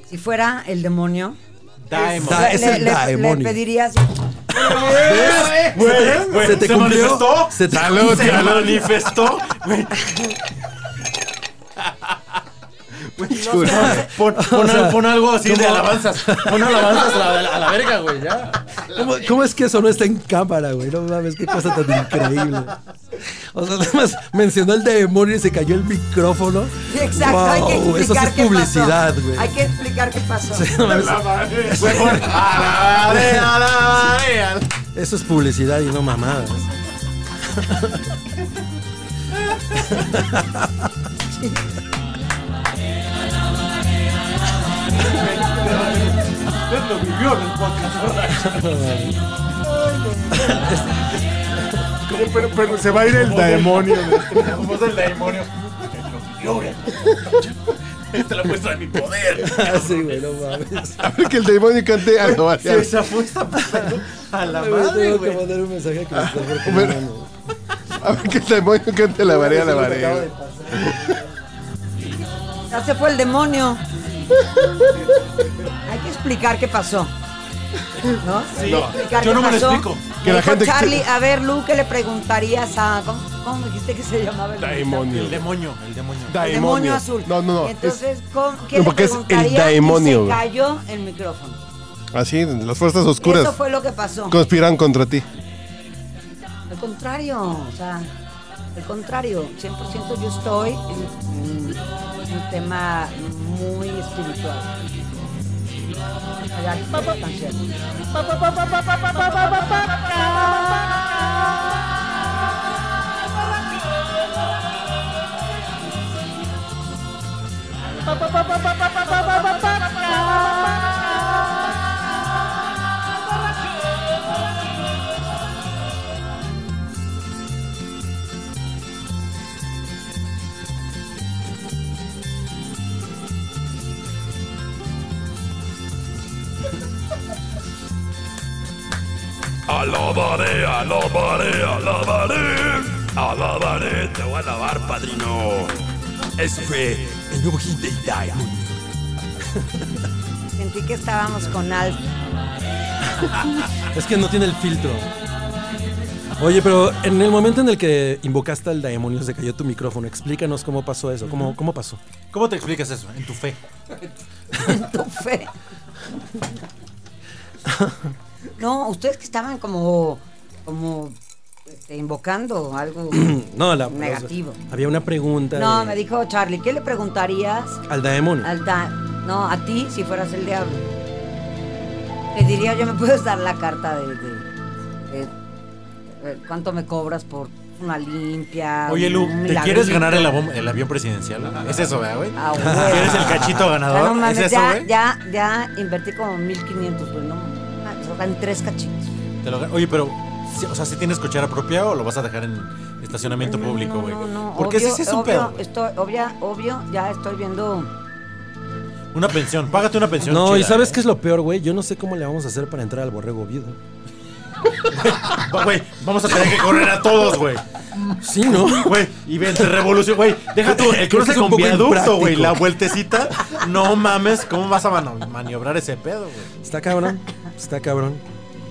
F: Si fuera el demonio,
D: Daemon.
F: le-
B: es
F: le,
B: el
F: le-
B: daemonio.
F: le pedirías.
D: ¿Ves? Güey, güey,
B: ¿Se te cumplió?
D: manifestó?
B: ¿Se te-
D: ¿Se
B: se-
D: manifestó? Güey. Pon, pon
B: O sea,
D: al- pon algo así de
B: ¿cómo?
D: alabanzas. Pon alabanzas a la, a la verga, güey, ya.
B: ¿Cómo, cómo es que eso no está en cámara, güey? No mames, qué cosa tan increíble. O sea, nada más mencionó el demonio y se cayó el micrófono.
F: Sí, Exacto, hay que
B: Wow,
F: explicar
B: Eso sí es
F: qué pasó.
B: publicidad, güey.
F: Hay que explicar qué pasó.
B: No mames,
D: Güey, pon alabaré,
J: ah,
D: alabaré, al-
B: Eso es publicidad y no mamadas.
D: Lo vivió en el podcast.
A: Oye, Pero, pero se va a ir el demonio.
D: Como es el demonio. Lo vivió. Te la puesta en mi poder.
H: Ah,
B: Sí, güey, no mames.
C: A ver que el demonio cante a la
D: Sí, esa fue esta puta. A la madre,
B: Tengo que
D: güey. Ah,
B: mandar un mensaje a Christopher Columbano.
C: A ver que el demonio cante la barea, la barea.
F: Ya se fue el demonio. Hay que explicar qué pasó. ¿No? Hay que explicar
D: yo
F: qué
D: no me lo
F: pasó.
D: explico.
C: Que la
F: Dijo
C: gente-
F: Charlie, a ver, Lu, ¿qué le preguntarías a. ¿Cómo, cómo me dijiste que se llamaba el
D: El
C: Demonio.
D: demonio, el demonio.
F: El demonio azul.
C: No, no, no. es
F: Entonces, ¿cómo- ¿qué
C: No,
F: le
C: porque es el
F: preguntarías? Y Se
C: daemonio, güey.
F: cayó el micrófono.
C: así, las fuerzas oscuras
F: Eso fue lo que pasó.
C: conspiran contra ti.
F: Al contrario, o sea, al contrario, 100% yo estoy en, en un tema muy espiritual. Allá, la canción.
H: Alabaré, alabaré, alabaré. Alabaré, te voy a alabar, padrino. Ese fue el nuevo hit de Diamond.
F: Sentí que estábamos con Alf.
B: Es que no tiene el filtro. Oye, pero en el momento en el que invocaste al demonio, se cayó tu micrófono. Explícanos cómo pasó eso. ¿Cómo, cómo pasó?
D: ¿Cómo te explicas eso? En tu fe.
F: tu fe. No, ustedes que estaban como, como este, invocando algo.
B: No, la.
F: Negativo.
B: había una pregunta.
F: No,
B: de-
F: me dijo Charlie, ¿qué le preguntarías
B: Al demonio.
F: al da- no, a ti si fueras el diablo? Te diría, yo me puedes dar la carta de, de- de- eh, cuánto me cobras por una limpia.
D: Oye, Lu,
F: un
D: ¿te quieres
F: milagrito?
D: ganar el, avión- el avión presidencial? Es eso, ¿verdad, güey?
F: Ah, bueno.
D: ¿Quieres el cachito
F: Ya, no
D: ganador? ¿Es
F: mames,
D: eso,
F: ya,
D: güey?
F: ya, ya invertí como 1500, pues no. Ah, se dan tres cachitos.
D: Te lo gan- Oye, pero, si- o sea, si tienes cochera propia o lo vas a dejar en estacionamiento público, güey?
F: No, no, no,
D: Porque
F: obvio,
D: ese es un
F: obvio,
D: pedo. güey.
F: Estoy, obvia, obvio, ya estoy viendo.
D: Una pensión, págate una pensión.
B: No, y
D: chida,
B: ¿sabes
D: ¿eh?
B: qué es lo peor, güey? Yo no sé cómo le vamos a hacer para entrar al borrego viudo.
D: Va, Güey, vamos a tener que correr a todos, güey.
B: Sí, ¿no?
D: Güey, y vente revolución, güey. Deja tú el
B: Creo que
D: cruce
B: es un
D: con
B: poco
D: viaducto, güey.
B: impráctico.
D: La vueltecita. No mames, ¿cómo vas a mano- maniobrar ese pedo, güey?
B: Está cabrón. Está cabrón.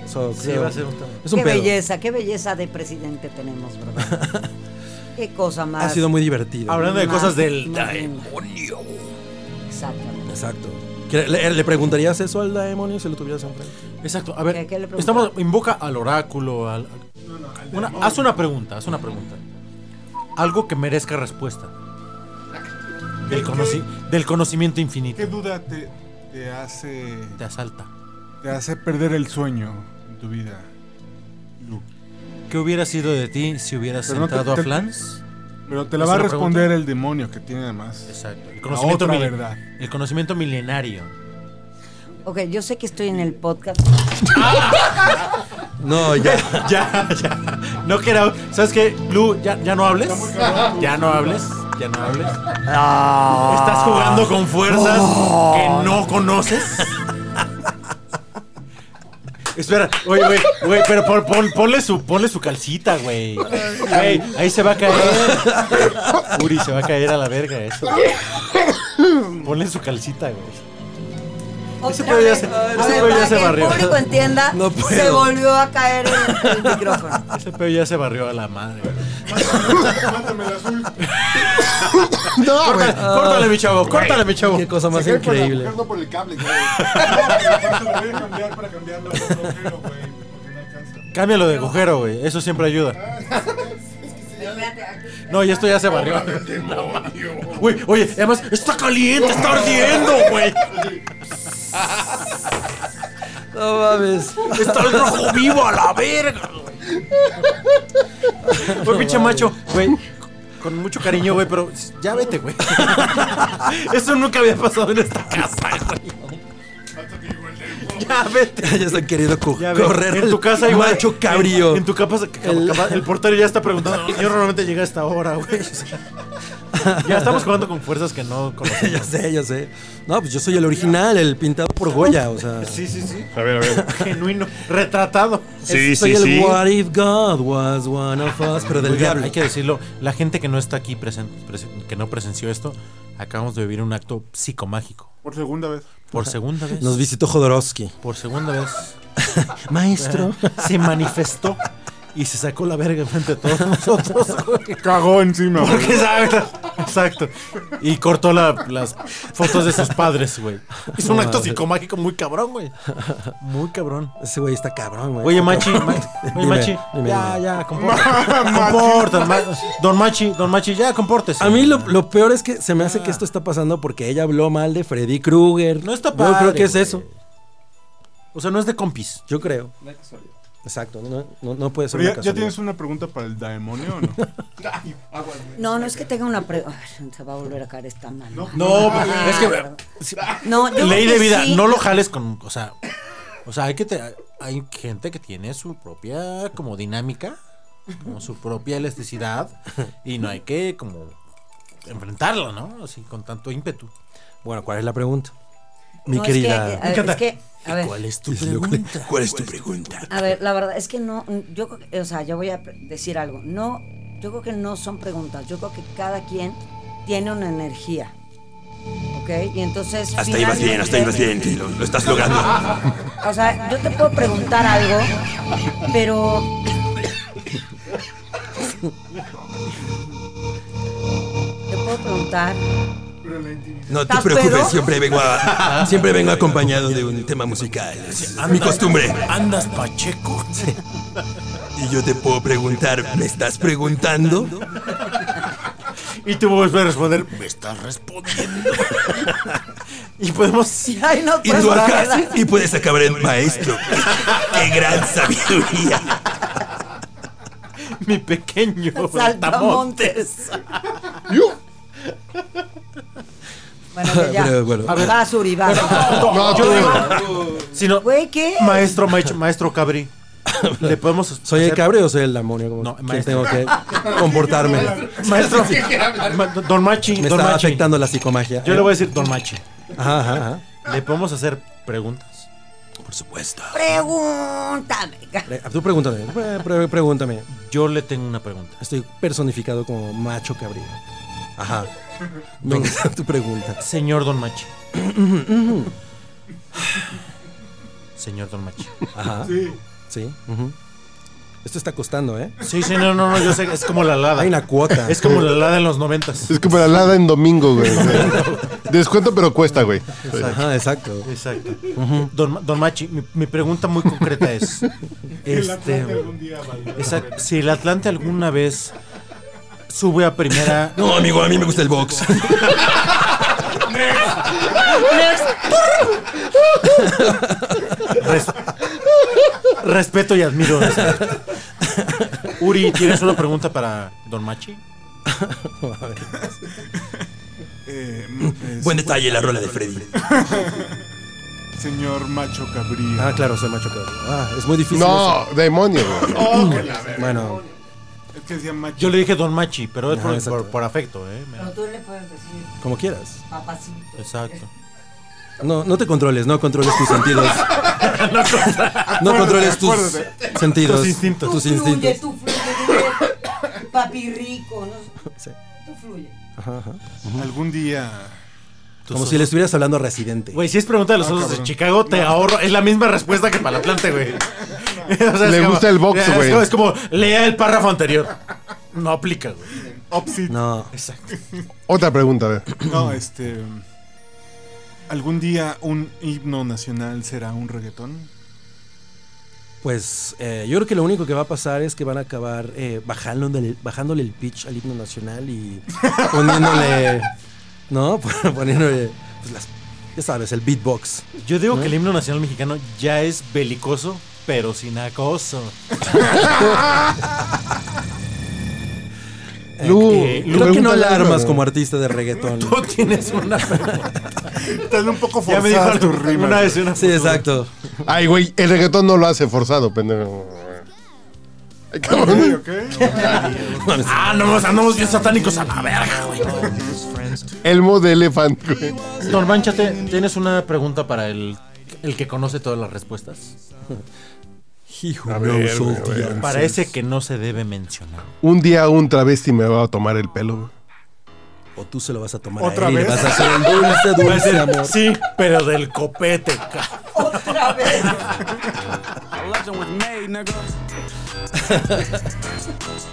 B: Eso
D: Sí,
B: creo-
D: va a ser un tema.
B: Es un
F: qué
B: pedo.
F: belleza, qué belleza de presidente tenemos, ¿verdad? qué cosa más.
B: Ha sido muy divertido.
D: Hablando de
F: más-
D: cosas del
F: más linda.
H: Demonio.
F: Exactamente.
B: Exacto. ¿Le, le- le preguntarías eso al demonio si lo tuvieras enfrente?
D: Exacto, a ver.
F: ¿Qué- qué le preguntas?
D: estamos, invoca al oráculo, al. al- una- haz una pregunta, haz una pregunta. Algo que merezca respuesta. Del, conoci- del conocimiento infinito.
A: ¿Qué duda te, te hace
D: Te asalta.
A: te hace perder el sueño en tu vida? Lu?
D: ¿Qué hubiera sido de ti si hubieras
A: Pero no te-
D: entrado
A: te-
D: a Flans?
A: Pero te la
D: ¿Es
A: va a
D: una pregunta?
A: responder el demonio que tiene además.
D: Exacto. El
A: La
D: conocimiento,
A: otra
D: mil-
A: verdad.
D: el conocimiento milenario.
F: Ok, yo sé que estoy en el podcast.
B: No, ya.
D: ya, ya. No que era. ¿Sabes qué, Blue? Ya, ya no hables. Ya no hables. Ya no hables. Estás jugando con fuerzas que Ah. Oh, no conoces. Espera, güey, güey, güey, pero pon- pon- ponle, su, ponle su calcita, güey. Güey, ahí se va a caer. Uri, se va a caer a la verga eso. Ponle su calcita, güey. Ese
F: Otra
D: pedo ya
F: vez,
D: se-
F: a ver,
D: ese pedo
F: para
D: ya se
F: que
D: barrió.
F: el público entienda,
D: No
F: se
D: puedo.
F: volvió a caer el, el micrófono.
D: Ese pedo ya se barrió a la madre.
A: Mátame el azul.
C: No, güey.
D: Córtale, córtale, mi chavo, córtale, mi chavo.
B: Qué cosa más
A: Se cae por la
B: increíble.
A: mujer, no por el cable, güey. No, güey, por eso lo voy a cambiar para cambiarlo por el agujero, güey. Porque no alcanza.
D: Cámbialo de agujero, güey. Eso siempre ayuda.
F: Espérate, aquí-
D: No, y esto ya se barrió. Uy, oye, además, está caliente, está ardiendo, güey.
B: No mames.
D: Está el rojo vivo a la verga. Oye, pinche macho, güey. Con mucho cariño, güey, pero ya vete, güey. Eso nunca había pasado en esta casa, güey. Ya vete.
B: ya están queriendo co-
D: Ya ve,
B: correr
D: en tu
B: el
D: casa igual.
B: macho cabrío.
D: En, en tu capa, ca- ca-
B: El-
D: capa- el portero ya está preguntando. Yo normalmente llega a esta hora, güey. O sea, ya estamos jugando con fuerzas que no conocemos.
B: ya sé, ya sé. No, pues yo soy el original, el pintado por Goya, o sea.
D: Sí, sí, sí.
I: A ver, a ver.
D: Genuino. Retratado.
I: Sí, sí,
B: soy el
I: sí.
B: What if God was one of
D: Pues,
B: us, pero del
D: Oigan,
B: diablo.
D: Hay que decirlo, la gente que no está aquí presen- presen- que no presenció esto, acabamos de vivir un acto psicomágico.
A: Por segunda vez.
D: Por segunda vez.
B: Nos visitó Jodorowsky.
D: Por segunda vez.
B: Maestro.
D: Se manifestó y se sacó la verga enfrente de todos nosotros. güey.
A: Cagó encima, güey.
D: Porque sabe- Exacto. Y cortó la- las fotos de sus padres, güey. Hizo un acto psicomágico muy cabrón, güey. Muy cabrón.
B: Ese güey está cabrón, güey.
D: Oye, Machi, ma- oye,
B: Dime,
D: Machi,
B: dime,
D: ya,
B: dime.
D: ya, comporta, comporta, ma- don Machi, don Machi, ya, compórtese.
B: A mí lo, lo peor es que se me hace que esto está pasando porque ella habló mal de Freddy Krueger.
D: No está
B: Yo creo
D: padre,
B: que es
D: güey.
B: eso.
D: o sea, no es de compis.
B: Yo creo. Exacto, no, no, no puede ser
A: Pero ya,
B: una
A: ya
B: casualidad.
A: tienes una pregunta para el demonio o no?
F: No, no es que tenga una pre... Ay, se va a volver a caer esta mano.
D: No, pues, es que
F: No, yo
D: ley
F: creo
D: de
F: que
D: vida,
F: sí.
D: no lo jales con, o sea, o sea, hay que te- hay gente que tiene su propia como dinámica, como su propia elasticidad y no hay que como enfrentarla, ¿no? Así con tanto ímpetu.
B: Bueno, ¿cuál es la pregunta? Mi
F: No, es que, eh,
B: querida.
F: Es que, a ver,
D: ¿Cuál es tu
B: Es lo que-
D: pregunta?
H: ¿Cuál es tu pregunta?
F: a ver, la verdad es que no, yo, creo que- o sea, yo voy a pre- decir algo. No, yo creo que no son preguntas. Yo creo que cada quien tiene una energía, ¿ok? Y entonces.
H: Hasta ahí vas bien, hasta ahí vas bien, lo, lo estás logrando.
F: O sea, yo te puedo preguntar algo, pero. Te puedo preguntar.
H: No te
F: ¿Estás
H: preocupes,
F: pedo?
H: siempre vengo a- siempre vengo acompañado de un tema musical. Es mi costumbre.
D: ¿Andas pacheco?
H: Y yo te puedo preguntar, ¿me estás preguntando?
D: Y tú puedes responder, me estás respondiendo. y podemos sí,
F: Ay, no,
H: Y
F: pues,
H: tú
F: ¿verdad?
H: acá, y puedes acabar en maestro. ¡Qué gran sabiduría!
D: mi pequeño
F: Saltamontes. bueno, ya, ya.
B: Pero bueno.
F: a ver. Vas, Uri, vas.
C: No, tú.
D: Yo digo, sino
F: Güey, ¿qué?
D: maestro, maestro, maestro Cabri. Le podemos
B: ¿Soy el
D: hacer-
B: cabre o soy el demonio? Como
D: No,
B: ¿quién
D: maestro.
B: tengo que comportarme.
D: Maestro, ma- don Machi,
B: Me
D: don
B: está
D: Machi.
B: afectando la psicomagia.
D: Yo le voy a decir, don Machi,
B: Ajá, ajá, ajá.
D: ¿le podemos hacer preguntas?
H: Por supuesto.
F: Pregúntame.
B: Pre- Ah, Tú pregúntame. pre- pre- pregúntame.
D: Yo le tengo una pregunta.
B: Estoy personificado como macho cabrío. Ajá. Me encanta tu pregunta.
D: Señor don Machi. Señor don Machi.
B: Ajá. Sí. Sí. ujú. Esto está costando, ¿eh?
D: Sí, sí, no, no, no, yo sé, es como la lada.
B: Hay una cuota.
D: Es como la lada en los noventas.
C: Es como la lada en domingo, güey. Descuento, pero cuesta, güey.
B: Ajá, exacto.
D: Exacto. don, Ma- don Machi, mi, mi pregunta muy concreta es... este, exacto, si el Atlante alguna vez sube a primera...
H: No, amigo, a mí me gusta el box.
D: Res- respeto y admiro. eso. Uri, ¿tienes una pregunta para Don Machi?
A: Eh, mm, eh,
H: Buen detalle la rola de Freddy.
A: Señor macho cabrío.
B: Ah, claro, soy macho cabrío. Ah, es muy difícil. eso. Oh,
C: No, demonio, güey.
A: Oh,
B: Bueno,
A: Es que decía macho.
D: Yo le dije Don Machi, pero es
B: Ajá,
D: por,
B: exacto.
D: por- por afecto, ¿eh? Me-
F: Pero tú le puedes decir,
B: como quieras.
F: papacito.
D: Exacto.
B: No, no te controles, no controles tus sentidos. no controles tus
A: acuérdate.
B: sentidos.
D: Tus instintos.
B: Tus
F: fluye,
B: instintos.
F: tú fluye, tú- papi rico, ¿no?
B: Sí.
F: Tú fluye.
A: Algún día
B: Como si le estuvieras hablando a Residente.
D: Güey, si es pregunta
C: Ah,
D: de los osos de Chicago, te ahorro. Es la misma respuesta que para el Atlante, güey. O sea, es
C: Le
D: como-
C: gusta el box,
D: es como-
C: güey.
D: Es como, lea el párrafo anterior. No aplica, güey.
A: Opsit.
B: No.
D: Exacto.
C: Otra pregunta, a ver.
A: No, este. ¿Algún día un himno nacional será un reggaetón?
B: Pues eh, yo creo que lo único que va a pasar es que van a acabar eh, bajándole, bajándole el pitch al himno nacional y poniéndole. ¿No? poniéndole. Pues las, ya sabes, el beatbox.
D: Yo digo
B: ¿No?
D: que el himno nacional mexicano ya es belicoso, pero sin acoso.
C: Lu, tu
B: Eh, creo que no
C: pregunta
B: la
C: larga,
B: armas
C: güey.
B: como artista de reggaetón.
D: Tú tienes una.
A: Están un poco
D: ya me dijo
A: forzadas tus rimas.
D: una vez una.
B: Sí, exacto.
C: Ay, güey, el reggaetón no lo hace forzado, pendejo. Ay, cabrón.
A: güey. Ok, ok.
D: Ah, no, andamos bien satánicos a la verga, güey.
C: Elmo de Elephant, güey.
D: Don Manchate, ¿tienes una pregunta para el, el que conoce todas las respuestas?
B: Hijo,
C: A ver, güey, a ver.
D: Para ese que no se debe mencionar.
C: Un día un travesti me va a tomar el pelo. güey.
B: O tú se lo vas a tomar
A: ¿Otra
B: a él y le
A: vez?
B: vas a hacer el dulce, dulce amor.
D: Sí, pero del copete, ca-
F: Otra vez.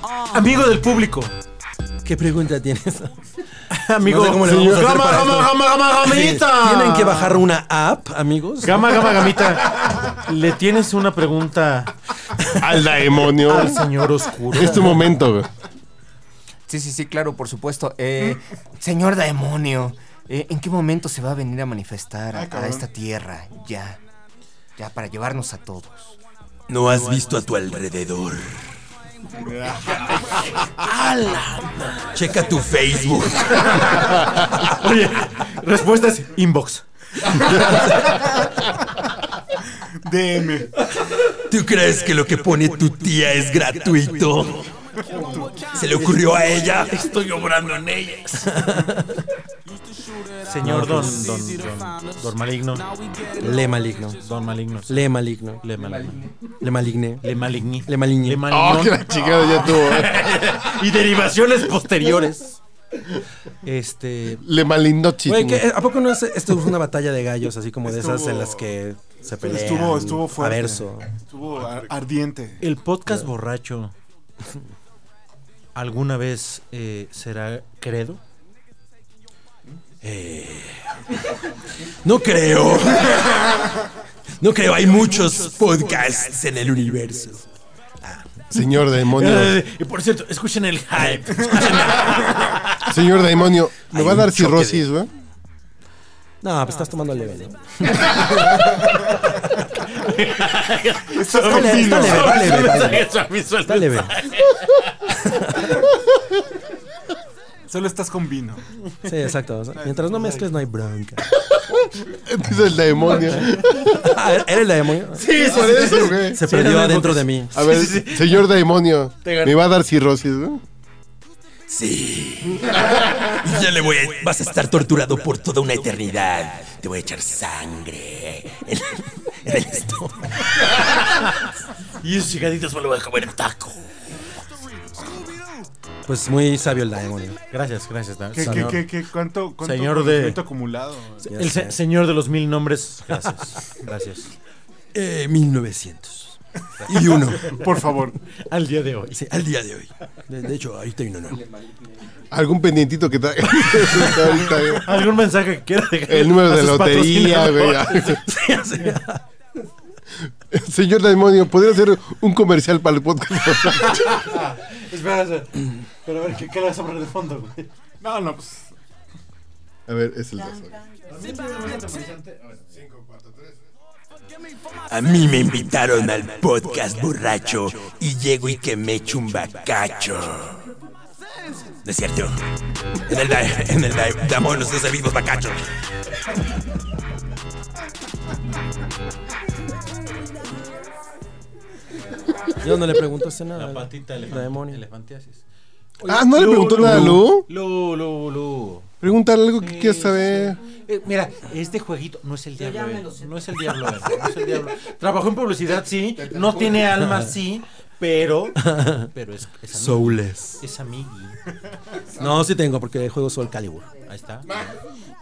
E: Ah.
D: Amigo del público.
B: ¿Qué pregunta tienes?
D: Amigo.
B: No sé cómo le vamos a hacer
D: gama,
B: para
D: gama,
B: esto.
D: gama, gama, gamita.
B: Sí, Tienen que bajar una app, amigos.
D: Gama, gama, gamita. ¿Le tienes una pregunta
C: Al demonio.
D: al señor oscuro?
C: es tu momento, güey.
M: Sí, sí, sí, claro, por supuesto. Eh, señor demonio, eh, ¿en qué momento se va a venir a manifestar a-
N: Ah,
A: Ay,
M: a
A: cabrón.
M: esta tierra? Ya, ya, para llevarnos a todos.
H: No has visto a tu alrededor. Checa tu Facebook.
D: Oye, respuesta es inbox.
A: DM.
H: ¿Tú crees que lo que pone tu tía es gratuito? ¿Se le ocurrió a ella? Estoy obrando en ellas.
D: Señor don, don, don, don maligno.
B: Le maligno.
D: Don maligno.
B: Le maligno.
D: Le maligno.
B: Le maligne.
D: Le maligni.
B: Le maligni. Ah,
D: Le
C: Oh,
D: malignón.
C: que la chingada ya tuvo. eh.
B: ¿eh?
C: güey.
D: y derivaciones posteriores. Este.
C: Le malindó chiste.
B: Güey, ¿qué? ¿a poco no es, esto es una batalla de gallos así como de esas en las que se pelean?
A: Estuvo, estuvo fuerte.
B: A verso.
A: Estuvo ar- ardiente.
D: El podcast borracho. ¿Alguna vez eh, será credo?
H: No creo. No creo, hay muchos podcasts en el universo. Ah.
C: Señor demonio.
D: Eh, y por cierto, escuchen el hype. Escuchen
C: Señor demonio. ¿Me
H: Hay
C: va a
H: un
C: dar
H: choque
C: cirrosis, güey?
B: No, pues estás tomando leve, ¿no?
A: Estás
B: Está leve, está leve, está leve, está leve. Está
D: el-
B: leve.
A: Solo estás con vino.
B: Sí, exacto. O sea, Mientras no mezcles, no hay bronca.
C: Dice el demonio.
B: Ah, ¿Era el demonio?
D: Sí,
C: Por eso, güey.
B: Se
D: era
B: perdió
D: de
B: adentro
D: bocas.
B: de mí.
C: A ver, señor demonio. Me va a dar cirrosis, güey.
H: Sí. Y ya le voy a- Vas a estar torturado por toda una eternidad. Te voy a echar sangre en, en el estómago.
D: Y esos chingaditos me lo voy a comer en taco.
B: Pues muy sabio el demonio.
D: Gracias, gracias. Dan-
A: ¿Qué, qué,
D: señor.
A: qué, qué? ¿Cuánto, cuánto
D: Señor de-
A: conocimiento acumulado?
B: Ya
D: El se-
B: sé.
D: señor de los mil nombres. Gracias. Gracias.
B: Eh, 1900. Y uno.
A: Por favor.
D: Al día de hoy.
B: Sí, al día de hoy. De, de hecho, ahí tengo uno. ¿no?
C: Algún pendientito que traiga. Ahorita, güey.
D: ¿Algún mensaje que quiera dejar?
C: El número
D: a
C: de
D: sus
C: lotería, güey.
D: patrocinadores?
B: Sí, o sea,
C: Señor demonio, ¿podría hacer un comercial para el podcast?
D: Espera, espera. Pero a ver, ¿qué, qué le vas a poner de fondo, güey?
A: No, no, pues.
C: A ver, es el razón.
H: A mí me invitaron al podcast borracho y llego y que me echo un bacacho. No es cierto. En el live, en el live, damos los servimos bacachos.
B: Yo no le pregunto a nada. ¿no?
D: La patita
B: La demonio.
D: elefantiasis.
C: Ah, ¿no le preguntó nada a Lu?
D: Lu, Lu, Lu.
C: Pregúntale algo que quieras saber.
D: Eh, mira, este jueguito no es el diablo.
F: ya me
D: eh.
F: lo sé.
D: No es el diablo. eh. No es el diablo. Trabajó en publicidad, sí. No tiene alma, sí. Pero. Pero es. es amigui.
B: Soulless.
D: Es amigui.
B: No, sí tengo, porque juego Soul Calibur.
D: Ahí está.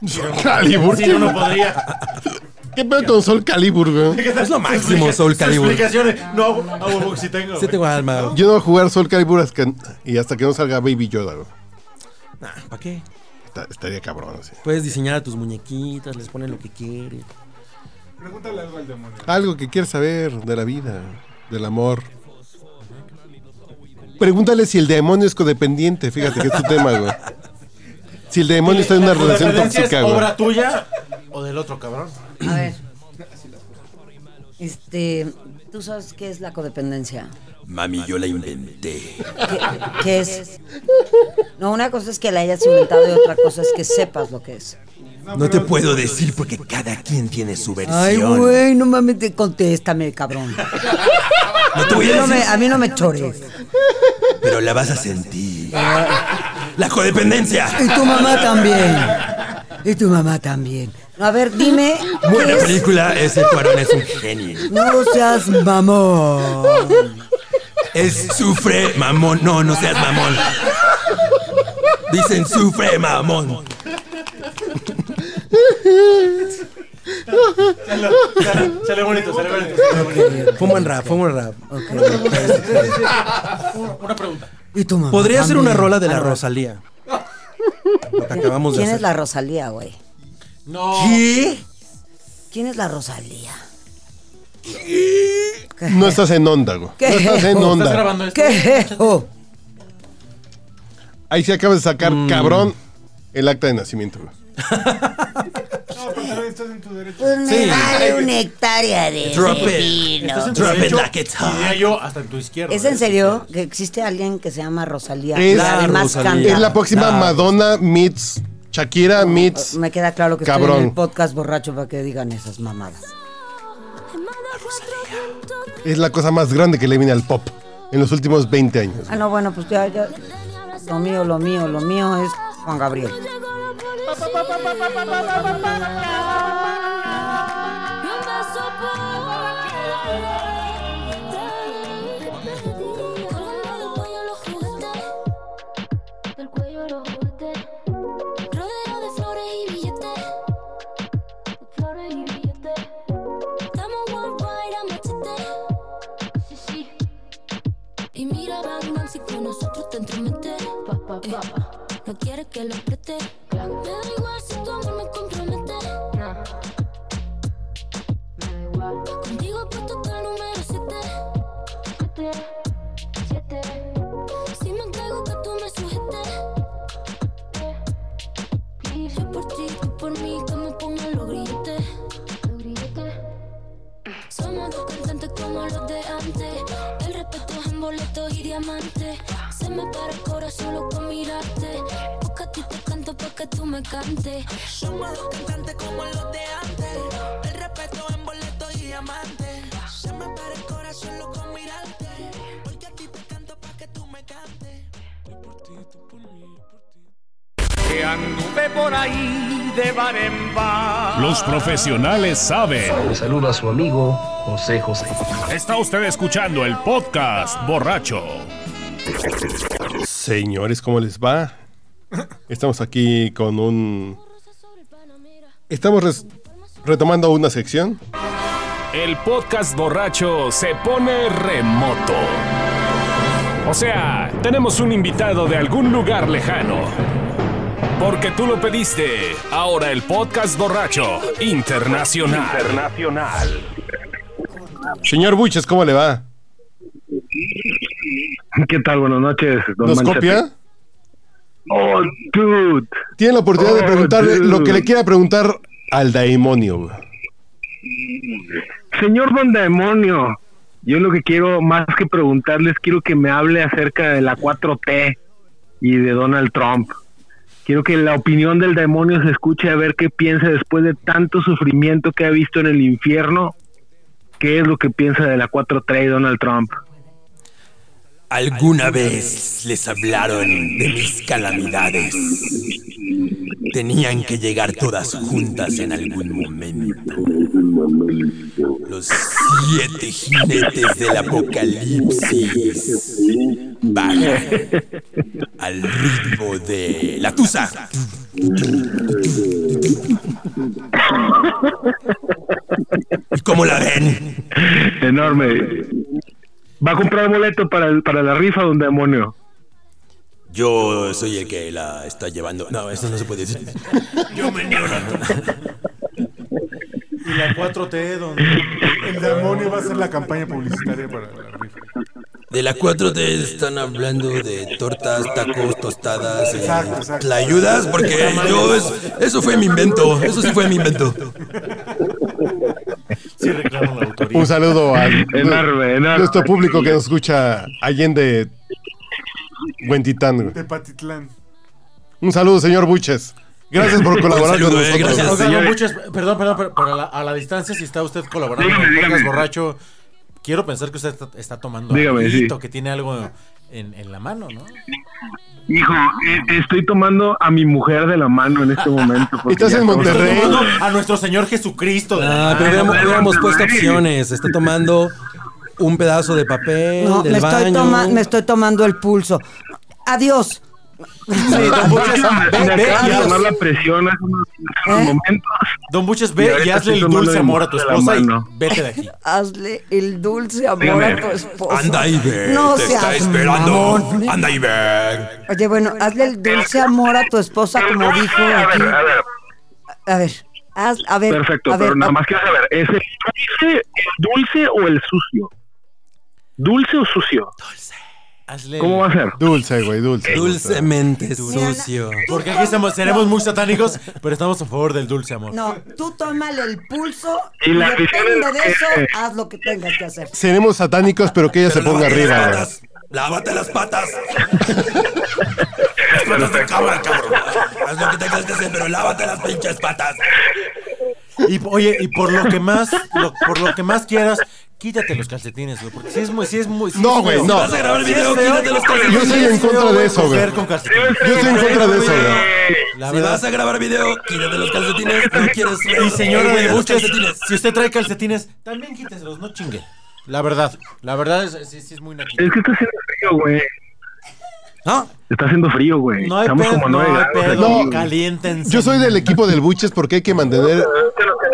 C: Soul Calibur.
D: Sí, no, no podría.
C: ¿Qué pedo con Soul Calibur, güey?
B: Es lo máximo, Soul
D: Sus
B: Calibur.
D: explicaciones. No, a huevo que sí tengo.
B: Sí
D: güey.
B: tengo alma.
C: Yo no voy a jugar Soul Calibur hasta que- y hasta que no salga Baby Yoda, güey.
B: Nah, ¿para qué?
C: Está- estaría cabrón así.
B: Puedes diseñar a tus muñequitas, les pones lo que quieres.
A: Pregúntale algo al demonio.
C: Algo que quieres saber de la vida, del amor. Pregúntale si el demonio es codependiente, fíjate que es tu tema, güey. Si el demonio está en una
D: ¿Tu
C: relación
D: dependencia
C: tóxica,
D: es
C: güey.
D: obra tuya o del otro cabrón?
F: A ver. Este, ¿tú sabes qué es la codependencia?
H: Mami, yo la inventé.
F: ¿Qué, qué es? No, una cosa es que la hayas inventado y otra cosa es que sepas lo que es. Ah,
H: No te puedo decir porque cada quien tiene su versión.
F: Ay, güey, no mames, te- contéstame, cabrón.
H: No te voy
F: A mí
H: a
F: no me, a
H: decir,
F: mí no me chores.
H: pero la vas a sentir.
F: Ah.
H: La codependencia.
F: Y tu mamá también. Y tu mamá también. A ver, dime.
H: Buena
F: ¿qué es?
H: película, ese tuarón es un genio.
F: No seas mamón.
H: Él sufre, mamón. No, no seas mamón. Dicen sufre, mamón.
D: Sale, sale bonito, sale bonito. sale bonito.
B: Fuman rap, fuman rap.
D: Una pregunta.
F: Y tu mamá.
B: Podría ser una
F: también.
B: rola de la
F: Ah, no.
B: Rosalía. Lo que acabamos de
F: ¿Quién es
B: hacer.
F: la Rosalía, güey?
D: No.
B: ¿Qué?
F: ¿Quién es la Rosalía?
C: No estás en onda, güey.
F: ¿Qué?
C: No estás en
D: Oh, ¿Estás
C: onda.
D: grabando esto?
F: ¿Qué? Oh,
C: Ahí sí acabas de sacar,
B: Mm.
C: cabrón, el acta de nacimiento, güey.
A: No, pero estás en tu derecho.
F: pues me
B: Sí.
F: vale una hectárea de
H: Drop
F: ese
H: it.
F: vino.
D: Estás en tu
H: Drop it
D: derecho,
H: like it's hot.
D: y diría yo hasta en tu izquierda.
F: ¿Es en
D: ¿eh?
F: serio que existe alguien que se llama Rosalía?
C: Es-
F: y
C: La
F: además
B: Rosalía.
F: canta.
C: Es la próxima
B: no.
C: Madonna meets Shakira meets.
F: Me queda claro que estoy
C: Cabrón.
F: en el podcast borracho para que digan esas mamadas.
C: Es la cosa más grande que le viene al pop en los últimos 20 años.
F: Ah, no, bueno, pues ya, ya. Lo mío, lo mío, lo mío es Juan Gabriel.
L: Del cuello lo juguete, rodeado de flores y billetes, de flores y billetes. Estamos worldwide a machete, sí, sí. Y mira Batman si con nosotros te entromete. Eh, No quiere que lo preste. Me da igual si tu amor me compromete. Contigo puesto que el número 7. Si me entrego que tú me sujetes. Yo por ti, tú por mí, que me pongan los grilletes. Somos dos cantantes como los de antes. El respeto es en boletos y diamantes. Se me para el corazón solo con mirarte. Porque a ti te canto para que tú me cantes.
E: Somos dos cantantes como los de antes. El respeto en boletos y diamantes. Se me para el corazón loco al mirarte. Porque a ti te canto pa' que tú me cantes.
J: Que anduve por ahí de bar en bar.
I: Los profesionales saben.
K: Le saluda a su amigo José José.
I: Está usted escuchando el podcast borracho.
C: Señores, ¿cómo les va? Estamos aquí con un. Estamos res- retomando una sección.
I: El podcast borracho se pone remoto. O sea, tenemos un invitado de algún lugar lejano. Porque tú lo pediste. Ahora el podcast borracho internacional. Internacional.
C: Señor Buches, ¿cómo le va?
N: ¿Qué tal? Buenas noches, don
C: ¿Nos
N: Manchate.
C: copia?
N: Oh, dude.
C: Tiene la oportunidad de
N: Oh,
C: preguntarle
N: dude.
C: lo que le quiera preguntar al daimonio. güey.
N: Señor don demonio, yo lo que quiero, más que preguntarles, quiero que me hable acerca de la 4T y de Donald Trump. Quiero que la opinión del demonio se escuche a ver qué piensa después de tanto sufrimiento que ha visto en el infierno. ¿Qué es lo que piensa de la 4T y Donald Trump?
H: Alguna vez les hablaron de mis calamidades. Tenían que llegar todas juntas en algún momento. Los siete jinetes del apocalipsis bajan al ritmo de la tusa. ¿Y cómo la ven?
N: Enorme. Va a comprar boleto para, el- para la rifa, don demonio.
H: Yo soy el que la está llevando. No, eso no se puede decir. Yo me niego.
D: Y la 4T, donde.
A: El demonio va a hacer la campaña publicitaria para la rifa.
H: De la 4T están hablando de tortas, tacos, tostadas, eh,
A: Exacto, exacto.
H: tlayudas, porque yo es- eso fue mi invento, eso sí fue mi invento.
D: Sí, reclamo la autoría.
C: Un saludo a
N: Enorme, enorme.
C: nuestro público que nos escucha Allende Huentitán.
A: De Patitlán.
C: Un saludo, señor Buches. Gracias por colaborar con nosotros.
D: Oiga, don Buches, perdón, perdón, pero, pero a, la, a la distancia, si está usted colaborando
C: Dígame,
D: con el podcast
C: dígame.
D: borracho, quiero pensar que usted está, está tomando
N: Dígame,
D: alguito,
N: sí.
D: que tiene algo en, en la mano, ¿no?
N: Hijo, eh, estoy tomando a mi mujer de la mano en este momento. porque ya estamos-
D: Está tomando A nuestro Señor Jesucristo. de la
B: Ah, pero
D: mano.
B: hubiéramos, hubiéramos puesto opciones. Está tomando un pedazo de papel
F: No,
B: del
F: me estoy,
B: baño.
F: toma- me estoy tomando el pulso. Adiós.
D: don Buches,
B: pues,
N: Me
D: ve, ve,
N: acaba de
D: adiós.
N: tomar la presión hace unos unos momentos.
D: Don Buches,
N: Y
D: ve
N: ahorita
D: y hazle
N: estoy
D: el
N: tomando
D: dulce
N: mi
D: amor a tu
N: mujer de la
D: esposa y
N: mano.
D: vete de aquí.
F: Hazle el dulce amor a
H: Dígame.
F: tu esposa.
H: Anda y ve,
F: No
H: te
F: seas
H: está esperando.
F: mamón.
H: Anda y ve.
F: Oye, bueno, hazle el dulce amor a tu esposa, como dijo
N: A
F: aquí.
N: ver, a ver.
F: A ver, haz- a ver.
N: Perfecto,
F: a ver,
N: pero nada
F: a-
N: más quiero saber, ¿es el dulce, el dulce o el sucio? ¿Dulce o sucio?
D: Hazle
N: ¿Cómo va a ser?
C: Dulce, güey, dulce.
B: Dulcemente sucio.
D: Porque aquí estamos, seremos muy satánicos, pero estamos a favor del dulce amor.
F: No, tú tómale el pulso
D: Y
F: y,
D: la
F: depende
D: visión
F: de
D: es
F: eso,
D: que-
F: haz lo que tengas que hacer.
C: Seremos satánicos, pero que ella se ponga
H: lávate las
C: arriba. güey.
H: patas, Lávate las patas. Las patas de cámara, cabrón. Haz lo que tengas que hacer, pero lávate las pinches patas.
D: Y oye, y por lo que más, lo- por lo que más quieras, quítate los calcetines, güey. Porque si es muy, si es muy. sí es
C: No, güey,
D: feo.
C: no.
D: Si vas a grabar
C: Sí es
D: video,
C: feo.
D: quítate los calcetines.
C: Yo estoy
D: Sí
C: en
D: es feo,
C: contra de eso,
D: coger
C: güey.
D: con calcetines.
C: Yo estoy en contra de eso, güey.
D: La
H: si
D: verdad.
H: vas a grabar video, quítate los calcetines. No quieres.
D: Y señora
H: Eh, güey,
D: de
H: los
D: buches,
H: calcetines.
D: si usted trae calcetines, también quíteselos, no chingue. La verdad, la verdad es, sí, sí es muy naquito.
N: Es que está haciendo frío, güey.
D: ¿No?
N: Está haciendo frío, güey.
D: No hay
N: Estamos
D: pedo,
N: como
D: no
N: nueve
D: hay
N: grados
D: pedo,
N: aquí, güey.
D: caliéntense.
C: Yo soy del equipo del Buches porque hay que mantener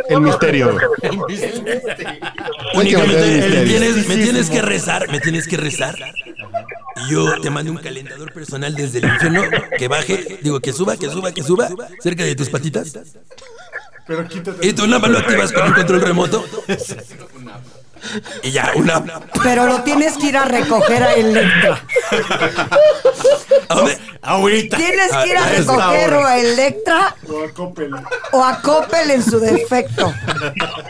C: el misterio. güey. Hay que mantener el
H: Únicamente me
C: misterio.
H: tienes, me tienes que rezar, me tienes que rezar. Y yo te mando un calentador personal desde el infierno que baje, digo que suba, que suba, que suba, cerca de tus patitas.
A: Pero quítate.
H: Y tú nada más lo activas con un control remoto. Y ya, una.
F: Pero lo tienes que ir a recoger a Electra.
H: ¿A dónde? Ahorita.
F: Tienes que ir a
H: esta
F: recoger
H: hora.
F: o a Electra
A: O a Coppel.
F: o a Coppel en su defecto.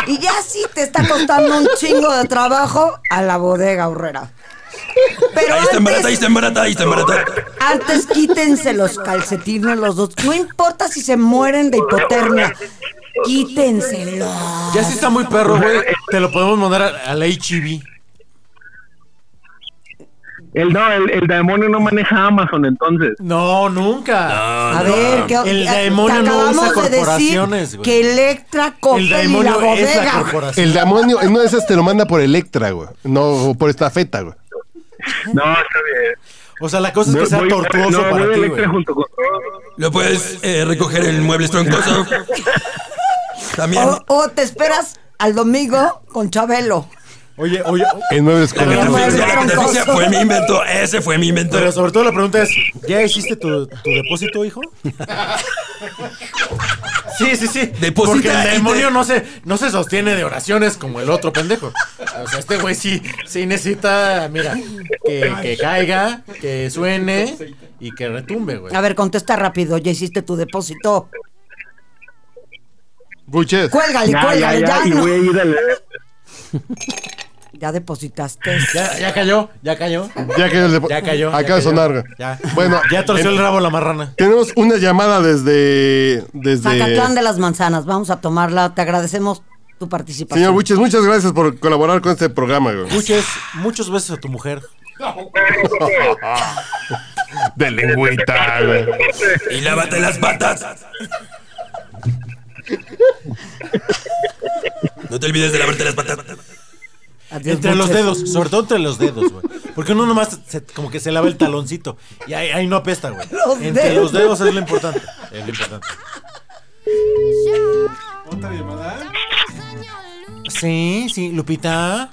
F: Y ya sí te está costando un chingo de trabajo a la bodega horrera. Pero
H: Ahí está en barata, ahí
F: antes,
H: está en barata, ahí está en barata.
F: antes quítense los calcetines los dos. No importa si se mueren de hipotermia. Quítenselo.
D: Ya si está muy perro, güey. Te lo podemos mandar a- al HIV.
N: El, no, el, el demonio no maneja Amazon, entonces.
D: No, nunca.
F: A ver, que,
D: Ah, El
F: que-
D: demonio
F: te
D: no
F: acabamos
D: usa
F: de decir
D: corporaciones, güey.
F: Que Electra, Coppel
D: El
F: y la
D: demonio es la
F: bodega.
D: corporación.
C: El demonio, en una de esas te lo manda por Electra, güey. No, por esta feta, güey.
N: No, está bien.
D: O sea, la cosa es que
N: Voy-
D: sea
N: voy-
D: tortuoso
N: no, voy
D: para
N: de
D: ti,
N: Electra
D: güey.
N: junto con
H: Lo puedes eh, recoger en muebles troncosos. También.
C: Ah.
F: O, o te esperas al domingo con Chabelo.
D: Oye, oye, o-
C: En muebles
H: La
C: con
H: catafixia, la catafixia fue mi invento, ese fue mi invento.
D: pero sobre todo la pregunta es, ¿ya hiciste tu, tu depósito, hijo? Sí, sí, sí.
H: Deposita
D: Porque el
H: y te-
D: demonio no, se, no se sostiene de oraciones como el otro pendejo. O sea, este güey sí, sí necesita, mira, que, que caiga, que suene y que retumbe, güey.
F: A ver, contesta rápido. Ya hiciste tu depósito.
C: Buches.
F: Cuélgale,
N: Ya, ya,
F: cuélgale. Ya,
N: ya, y
F: no.
N: voy a ir al...
F: Ya depositaste.
D: Ya, ya cayó, ya cayó.
C: Ya que le-
D: Ya cayó.
C: Acaba
D: ya
C: de
D: cayó.
C: sonar, güey.
D: Ya.
C: Bueno, em-
D: ya torció
C: en-
D: el rabo la marrana.
C: Tenemos una llamada desde.
F: Zacatlán
C: desde
F: de las Manzanas. Vamos a tomarla. Te agradecemos tu participación.
C: Señor Buches, muchas gracias por colaborar con este programa, güey.
D: Muchos, muchos besos a tu mujer.
C: De lengüita, güey.
H: Y lávate las patas. No te olvides de lavarte las patas.
D: Entre los dedos, sobre todo entre los dedos, güey. Porque uno nomás se- como que se lava el taloncito. Y ahí, ahí no apesta, güey.
F: Los
D: Entre
F: dedos.
D: los dedos es lo importante. Es lo importante.
A: ¿Otra llamada?
D: Sí, sí, Lupita.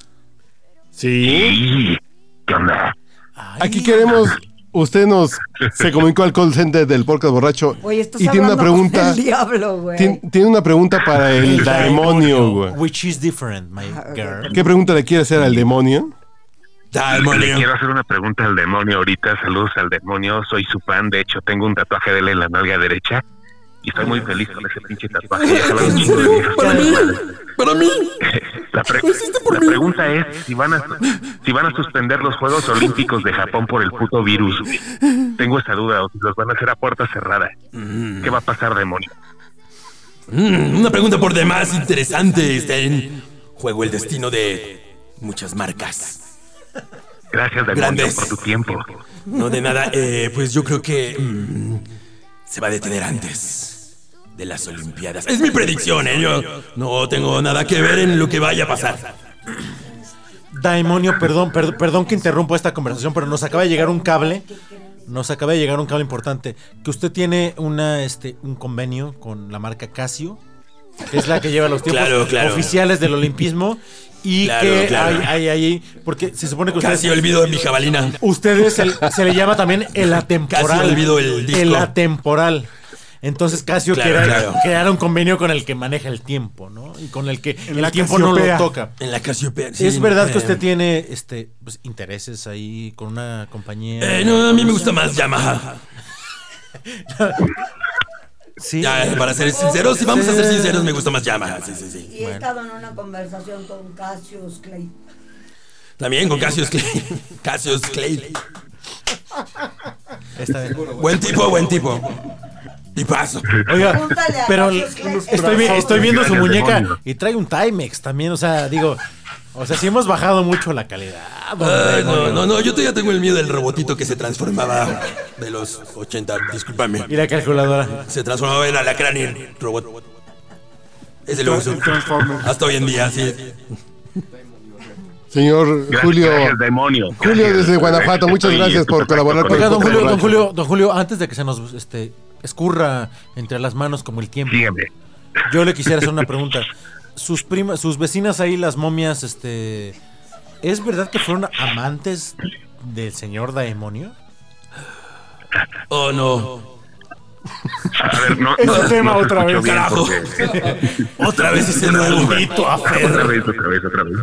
C: Sí. Aquí queremos. Usted nos se comunicó al call center del podcast borracho
F: Oye, estás
C: y tiene una
F: hablando con
C: pregunta.
F: el diablo, güey.
C: Tien- tiene una pregunta para el
D: El
C: demonio, güey.
D: Which is different, my
F: Ah,
D: girl.
C: ¿Qué pregunta le quiere hacer al demonio?
G: Le quiero hacer una pregunta al demonio ahorita. Saludos al demonio. Soy su fan. De hecho, tengo un tatuaje de él en la nalga derecha. Y estoy muy feliz con ese pinche tatuaje. Ojalá un chingo de viejas
H: Para mí. Para mí.
G: La, pre- la pregunta es si van, a, si van a suspender los Juegos Olímpicos de Japón por el puto virus. Tengo esa duda, o si los van a hacer a puerta cerrada. ¿Qué va a pasar, demonio?
H: Mm, una pregunta por demás interesante. Está en juego el destino de muchas marcas.
G: Gracias, demonio,
H: Grandes.
G: por tu tiempo.
H: No de nada. eh, pues yo creo que mm, se va a detener antes de las Olimpiadas. Es mi predicción, ¿eh? Yo no tengo nada que ver en lo que vaya a pasar.
D: Demonio, perdón, perdón, perdón que interrumpo esta conversación, pero nos acaba de llegar un cable. Nos acaba de llegar un cable importante. Que usted tiene una, este, un convenio con la marca Casio, que es la que lleva los tiempos
H: Claro, claro.
D: oficiales del olimpismo. Y
H: Claro,
D: que
H: claro.
D: hay, hay, hay- porque se supone que ustedes.
H: Casi olvido de mi jabalina.
D: Ustedes se, se le llama también el atemporal.
H: Casi olvido el disco.
D: atemporal. Entonces Casio
H: Claro,
D: crea-
H: claro.
D: creara un convenio con el que maneja el tiempo, ¿no? Y con el que el
H: la
D: tiempo no lo
H: Casiopea.
D: toca.
H: En la Casiopea,
D: es
H: sí,
D: verdad que
H: eh.
D: usted tiene este pues, intereses ahí con una compañía.
H: Eh, no, a mí me gusta más Yamaha.
F: ¿Ah?
D: Sí.
H: Ya, para ser sinceros, si vamos a ser sinceros, me gusta más Yamaha. Sí, sí, sí.
F: Y he estado en una conversación con Cassius Clay.
H: También con Cassius Clay. Cassius Clay.
D: Está bien.
H: Buen tipo, buen tipo. Tipazo.
D: Oiga, pero estoy, vi- estoy viendo su
H: Gracias,
D: muñeca
H: demonio.
D: y trae un Timex también, o sea, digo, o sea, sí hemos bajado mucho la calidad. don
H: Ay, Ah, no,
D: demonio.
H: no, no, yo todavía tengo el miedo del robotito que se transformaba de los 80, discúlpame.
D: Y la calculadora.
H: Se transformaba en alacrán y en robot. Ese lo
A: Tra-
H: uso.
A: Transformer.
H: Hasta hoy en día, sí.
C: Señor
H: Gracias,
C: Julio.
H: gracias,
G: demonio.
C: Julio desde Guanajuato, muchas gracias por colaborar con
D: Oiga,
C: el
D: don
C: podcast
D: Julio, don
C: borracho.
D: Julio, don Julio, antes de que se nos este, escurra entre las manos como el tiempo. Yo le quisiera hacer una pregunta. Sus primas, sus vecinas ahí, las momias, este, ¿es verdad que fueron amantes del señor Daemonio?
H: Oh, no.
G: A ver, no,
D: Ese
G: no, no
D: tema
G: se
D: otra
G: escuchó
D: vez.
G: bien
D: Carajo.
G: porque-
D: Otra vez ese maldito afer.
G: Otra vez, otra vez, otra vez.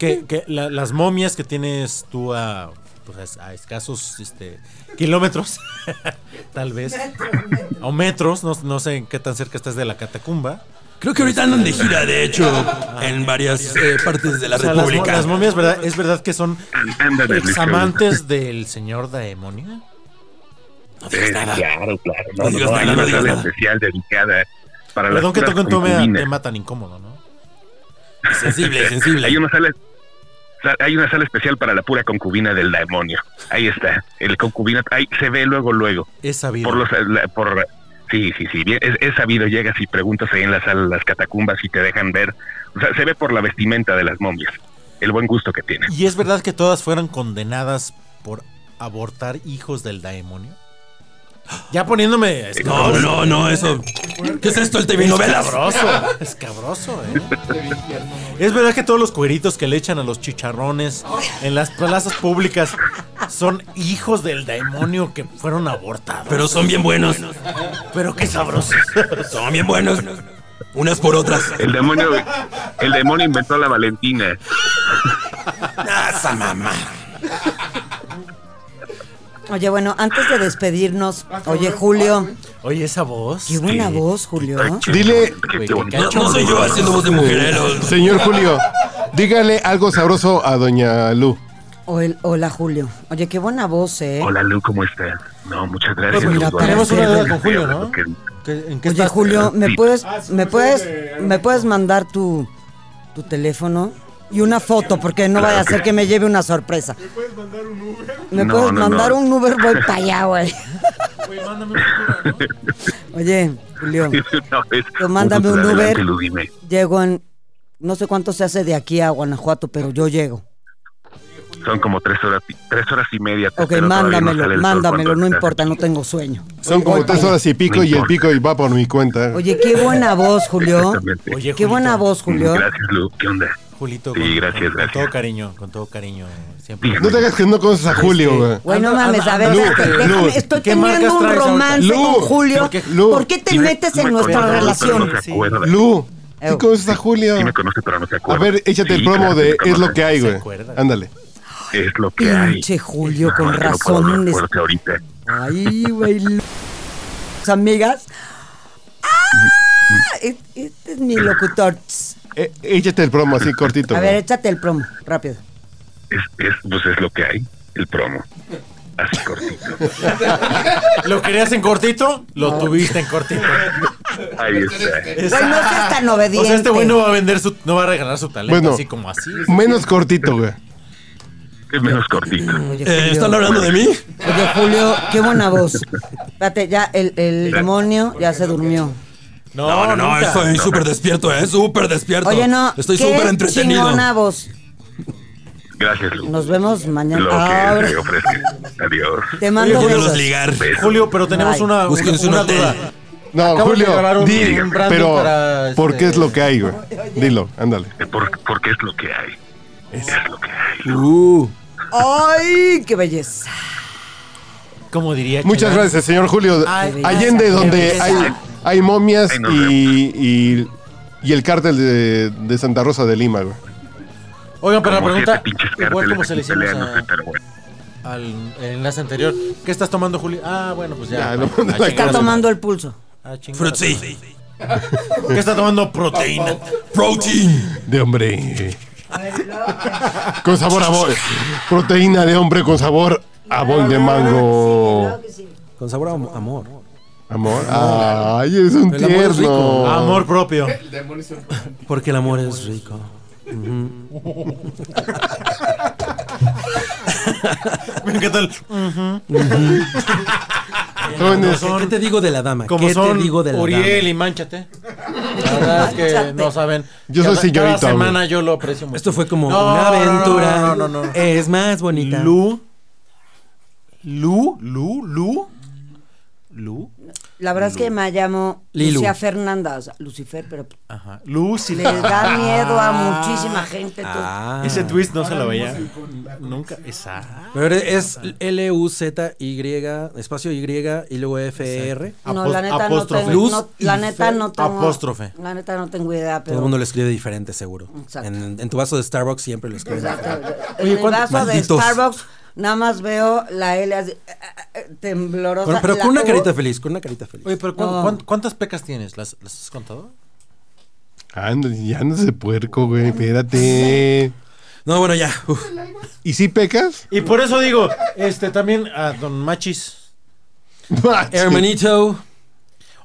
D: Que, que la- las momias que tienes tú a, pues, a, a escasos este, kilómetros, tal vez, o metros, no, no sé en qué tan cerca estás de la catacumba.
H: Creo que ahorita andan de gira, de hecho, en varias eh, partes de la
D: O sea, las mo-
H: República.
D: Las, momias, ¿verdad? ¿es verdad que son
H: Andan de
D: ex amantes del señor Daemonio?
G: Sí, Eh, Claro, claro. No,
D: No
G: no, no,
D: digas nada,
G: hay
D: no
G: una
D: digas
G: sala
D: nada.
G: especial dedicada para
D: Perdón
G: las
D: que
G: puras
D: toque un tome-
G: concubinas.
D: tema tan incómodo, ¿no?
H: Sensible, sensible.
G: Hay una sala sa- hay una sala especial para la pura concubina del demonio. Ahí está, el concubina, ahí se ve luego luego.
D: Es sabido.
G: Por los la- por sí, sí, sí, bien, es, es sabido, llegas y preguntas ahí en la sala las catacumbas y te dejan ver. O sea, se ve por la vestimenta de las momias, el buen gusto que tienen.
D: ¿Y es verdad que todas fueron condenadas por abortar hijos del daemonio? Ya poniéndome... este-
H: No, no, no, eso. ¿Qué es esto, el TV novelas?
D: Es cabroso, es cabroso, eh. ¿Es verdad que todos los cueritos que le echan a los chicharrones en las plazas públicas son hijos del demonio que fueron abortados?
H: Pero son bien buenos.
D: Pero qué sabrosos.
H: Son bien buenos. Unas por otras.
G: El demonio el demonio inventó la Valentina.
H: Esa mamá.
F: Oye, bueno, antes de despedirnos, oye, Julio.
D: Oye, esa voz.
F: Qué buena voz, Julio.
C: Dile.
H: No, no soy yo haciendo voz de mujerero.
C: Señor Julio, dígale algo sabroso a doña Lu.
F: O el- hola, Julio. Oye, qué buena voz, ¿eh?
G: Hola Lu, ¿cómo estás? No, muchas gracias.
F: Pues mira,
G: Lu, bueno,
F: tenemos una duda con
D: Julio, ¿no?
G: lo que-
D: ¿En
F: Oye, Julio, ¿me
G: Sí.
F: puedes, me puedes, me puedes mandar tu, tu teléfono y una foto? Porque no
G: Claro
F: vaya a
G: que
F: ser
G: sí.
F: que me lleve una sorpresa. ¿Me
G: No,
F: puedes
G: no,
F: mandar
G: no.
F: un Uber? Voy para allá, güey. Oye, Julio,
G: No, es
F: Tú mándame
G: gusto
F: un
G: adelante,
F: Uber.
G: Lu, dime.
F: llego en No sé cuánto se hace de aquí a Guanajuato, pero yo llego.
G: Son como tres horas, y- tres horas y media. te
F: Ok,
G: espero, todavía no
F: mándamelo,
G: sale el sol
F: mándamelo,
G: cuando
F: no
G: estás
F: importa,
G: aquí.
F: no tengo sueño.
C: Son como
F: Voy
C: tres
F: para
C: horas y
F: allá.
C: pico
G: No
C: y el
G: importa.
C: pico va por mi cuenta.
F: Oye, qué buena voz, Julio.
G: Exactamente.
F: qué buena voz, Julio.
G: Gracias, Lu. ¿Qué onda?
D: Julito,
G: Sí,
D: con,
G: gracias,
D: con- con todo cariño, con todo cariño. ¿eh? Siempre.
C: No te hagas que no conoces a Julio, güey.
F: Güey, no
D: Anda,
F: mames,
D: anda,
F: a ver,
D: anda,
F: déjame-
D: Lu,
F: déjame,
D: Lu,
F: estoy
D: ¿qué marcas
F: teniendo un
D: traes ahorita?
F: romance
C: Lu,
F: con Julio.
C: Lu,
F: ¿Por qué te
G: Sí me-
F: metes
G: sí me
F: en nuestra
G: conoce, pero
F: relación?
G: No se acuerda.
C: Lu, ¿sí conoces a Julio?
G: Sí me conoce, pero no se
C: A
G: acuerda.
C: ver, échate el
G: Sí,
C: promo
G: claro me
C: de Es
G: conoce.
C: lo que hay,
D: Se
C: güey.
D: acuerda.
C: Ándale.
G: Es lo que hay.
F: Pinche Julio, con
G: Ahora no puedo hablar
F: razón. es-
G: fuerte ahorita.
F: Ay, güey. Lu- Sus amigas. ¡Ah! E- Este es mi locutor. Tss.
C: Eh, échate el promo así cortito.
F: A
C: güey.
F: ver, échate el promo, rápido.
G: Es, es, pues es lo que hay, el promo. Así cortito.
D: ¿Lo querías en cortito? Lo tuviste en cortito.
G: Ahí está.
F: Güey, no seas tan obediente.
D: O sea, este güey no va a vender su, no va a regalar su talento
C: Bueno.
D: así como así.
C: Menos cortito, güey.
G: Es menos cortito.
F: Oye,
H: Eh,
F: Julio.
H: ¿Están hablando de mí?
F: Oye, Julio, qué buena voz. Espérate, ya el, el demonio ya se durmió.
H: No, no, no,
D: nunca.
H: estoy súper despierto, ¿eh? Súper despierto.
F: Oye, no.
H: Estoy
F: qué
H: súper entretenido.
F: Chingona voz.
G: Gracias, Lu.
F: Nos vemos mañana.
G: Lo
F: Ah,
G: que se ofrece. Adiós.
F: te
H: Oye,
F: mando
H: podemos
F: besos.
H: ligar.
G: Besos.
D: Julio, pero tenemos
F: Ay.
D: una, una,
H: Búsquense un
D: una
H: hotel.
D: duda.
C: No,
D: Acabo de grabar
C: Julio,
D: un-
C: di,
D: un branding
C: pero
D: para,
C: ¿por qué
D: este-
C: es lo que hay, güey? Dilo, ándale.
G: Por- porque es lo que hay. Es, lo que hay.
H: Uh,
F: Ay, qué belleza.
D: Como diría
C: Muchas
D: Chalán.
C: gracias, señor Julio.
D: Ay,
C: Allende,
F: qué
C: donde
F: belleza.
C: hay, hay momias
G: Ay, nos
C: y, y, y el cártel de, de Santa Rosa de Lima, güey.
D: Oigan, pero la
G: Como
D: pregunta,
G: siete pinches
D: igual
G: cárteles
D: como se le
G: que
D: hicimos
G: pelean, no sé,
D: a-
G: pero bueno.
D: al el enlace anterior, ¿qué estás tomando, Julio? Ah, bueno, pues ya.
C: Ya, lo-
D: A chingar
C: Está
D: a su
F: Está
D: madre.
F: tomando el pulso.
D: A chingar a su madre.
H: Fruitsy.
D: ¿Qué está tomando? Proteína.
H: Protein.
C: De hombre. con sabor a bol. Proteína de hombre con sabor a bol de mango.
B: Con sabor a am- amor.
C: Amor. Ay, eres un
B: El amor es
C: tierno.
B: rico.
D: Amor propio.
B: Porque el amor es rico.
D: Me encanta el-
C: Jóvenes,
B: ¿Qué, qué te digo de la dama?
D: Como
B: ¿Qué
D: son
B: te digo de la
D: Uriel
B: dama?
D: y Manchate. La verdad es que
F: Mánchate.
D: no saben.
C: Yo soy
D: Cada-
C: señorita,
D: Cada semana yo lo aprecio mucho.
B: Esto fue como
D: No,
B: una
D: no, no,
B: aventura.
D: no, no, no, no.
B: Es más bonita.
D: Lu. Lu, Lu, Lu. Lu.
F: La verdad es que me llamo
B: Lilu.
F: Lucía Fernanda, o sea, Lucifer, pero
D: Ajá. Lu, sí.
F: le da miedo a muchísima gente. tú.
B: Ah.
D: Ese twist no se lo veía. Nunca. Esa.
B: Pero es L-U-Z-Y, espacio Y y luego F-R.
F: No,
D: Apos-
F: la neta no
D: apóstrofe.
F: tengo,
B: Luz
F: no- la
B: y
F: neta no
D: fe-
F: tengo,
D: apóstrofe.
F: la neta no tengo idea,
B: Todo el
F: pero
B: mundo lo escribe diferente, seguro.
F: Exacto.
B: En, en tu vaso de Starbucks siempre lo escriben.
F: en el
B: ¿cuánto-
F: vaso de
B: malditos?
F: Starbucks nada más veo la L así, eh, eh, eh, temblorosa.
B: Bueno, pero
F: la
B: con una
F: U.
B: carita feliz, con una carita feliz.
D: Oye, pero ¿cu-
F: No.
D: cuán- ¿cuántas pecas tienes? ¿Las, las has contado?
C: Ándale, ya no se puerco, güey. Espérate.
B: No, bueno, ya. Uf.
C: ¿Y si pecas?
D: Y por eso digo, este también a Don Machis.
B: Hermanito.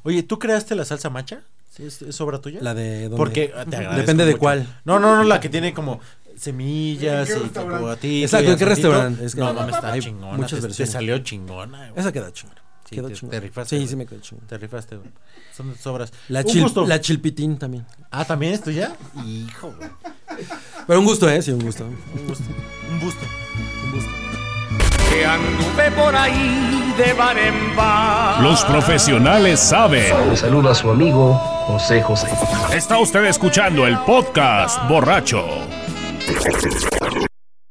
D: Oye, ¿tú creaste la salsa macha? ¿Sí, ¿Es, es obra tuya?
B: La de. ¿dónde?
D: Porque ah, te agradezco
B: Depende de
D: mucho.
B: cuál.
D: No, no, no, la que tiene como semillas y chocolatito.
B: Exacto,
D: y
B: ¿en qué
D: aceitito.
B: restaurante? Es que
D: no, mames, está
B: hay
D: chingona.
B: muchas
D: te, te
B: versiones.
D: salió chingona. güey.
B: Esa queda chingona.
D: Sí,
B: quedó
D: te-
B: chingona.
D: te rifaste,
B: Sí,
D: güey.
B: sí me quedó chingona.
D: Te rifaste, güey. Son de sobras.
B: La,
D: Un
B: chil-
D: gusto.
B: la chilpitín también.
D: Ah, ¿también es tuya? Hijo, güey.
B: Pero un gusto, ¿eh? Sí, un gusto.
D: Un gusto. Un gusto.
J: Que anduve por ahí de bar en bar.
I: Los profesionales saben.
K: Un saludo a su amigo José José.
I: Está usted escuchando el podcast borracho.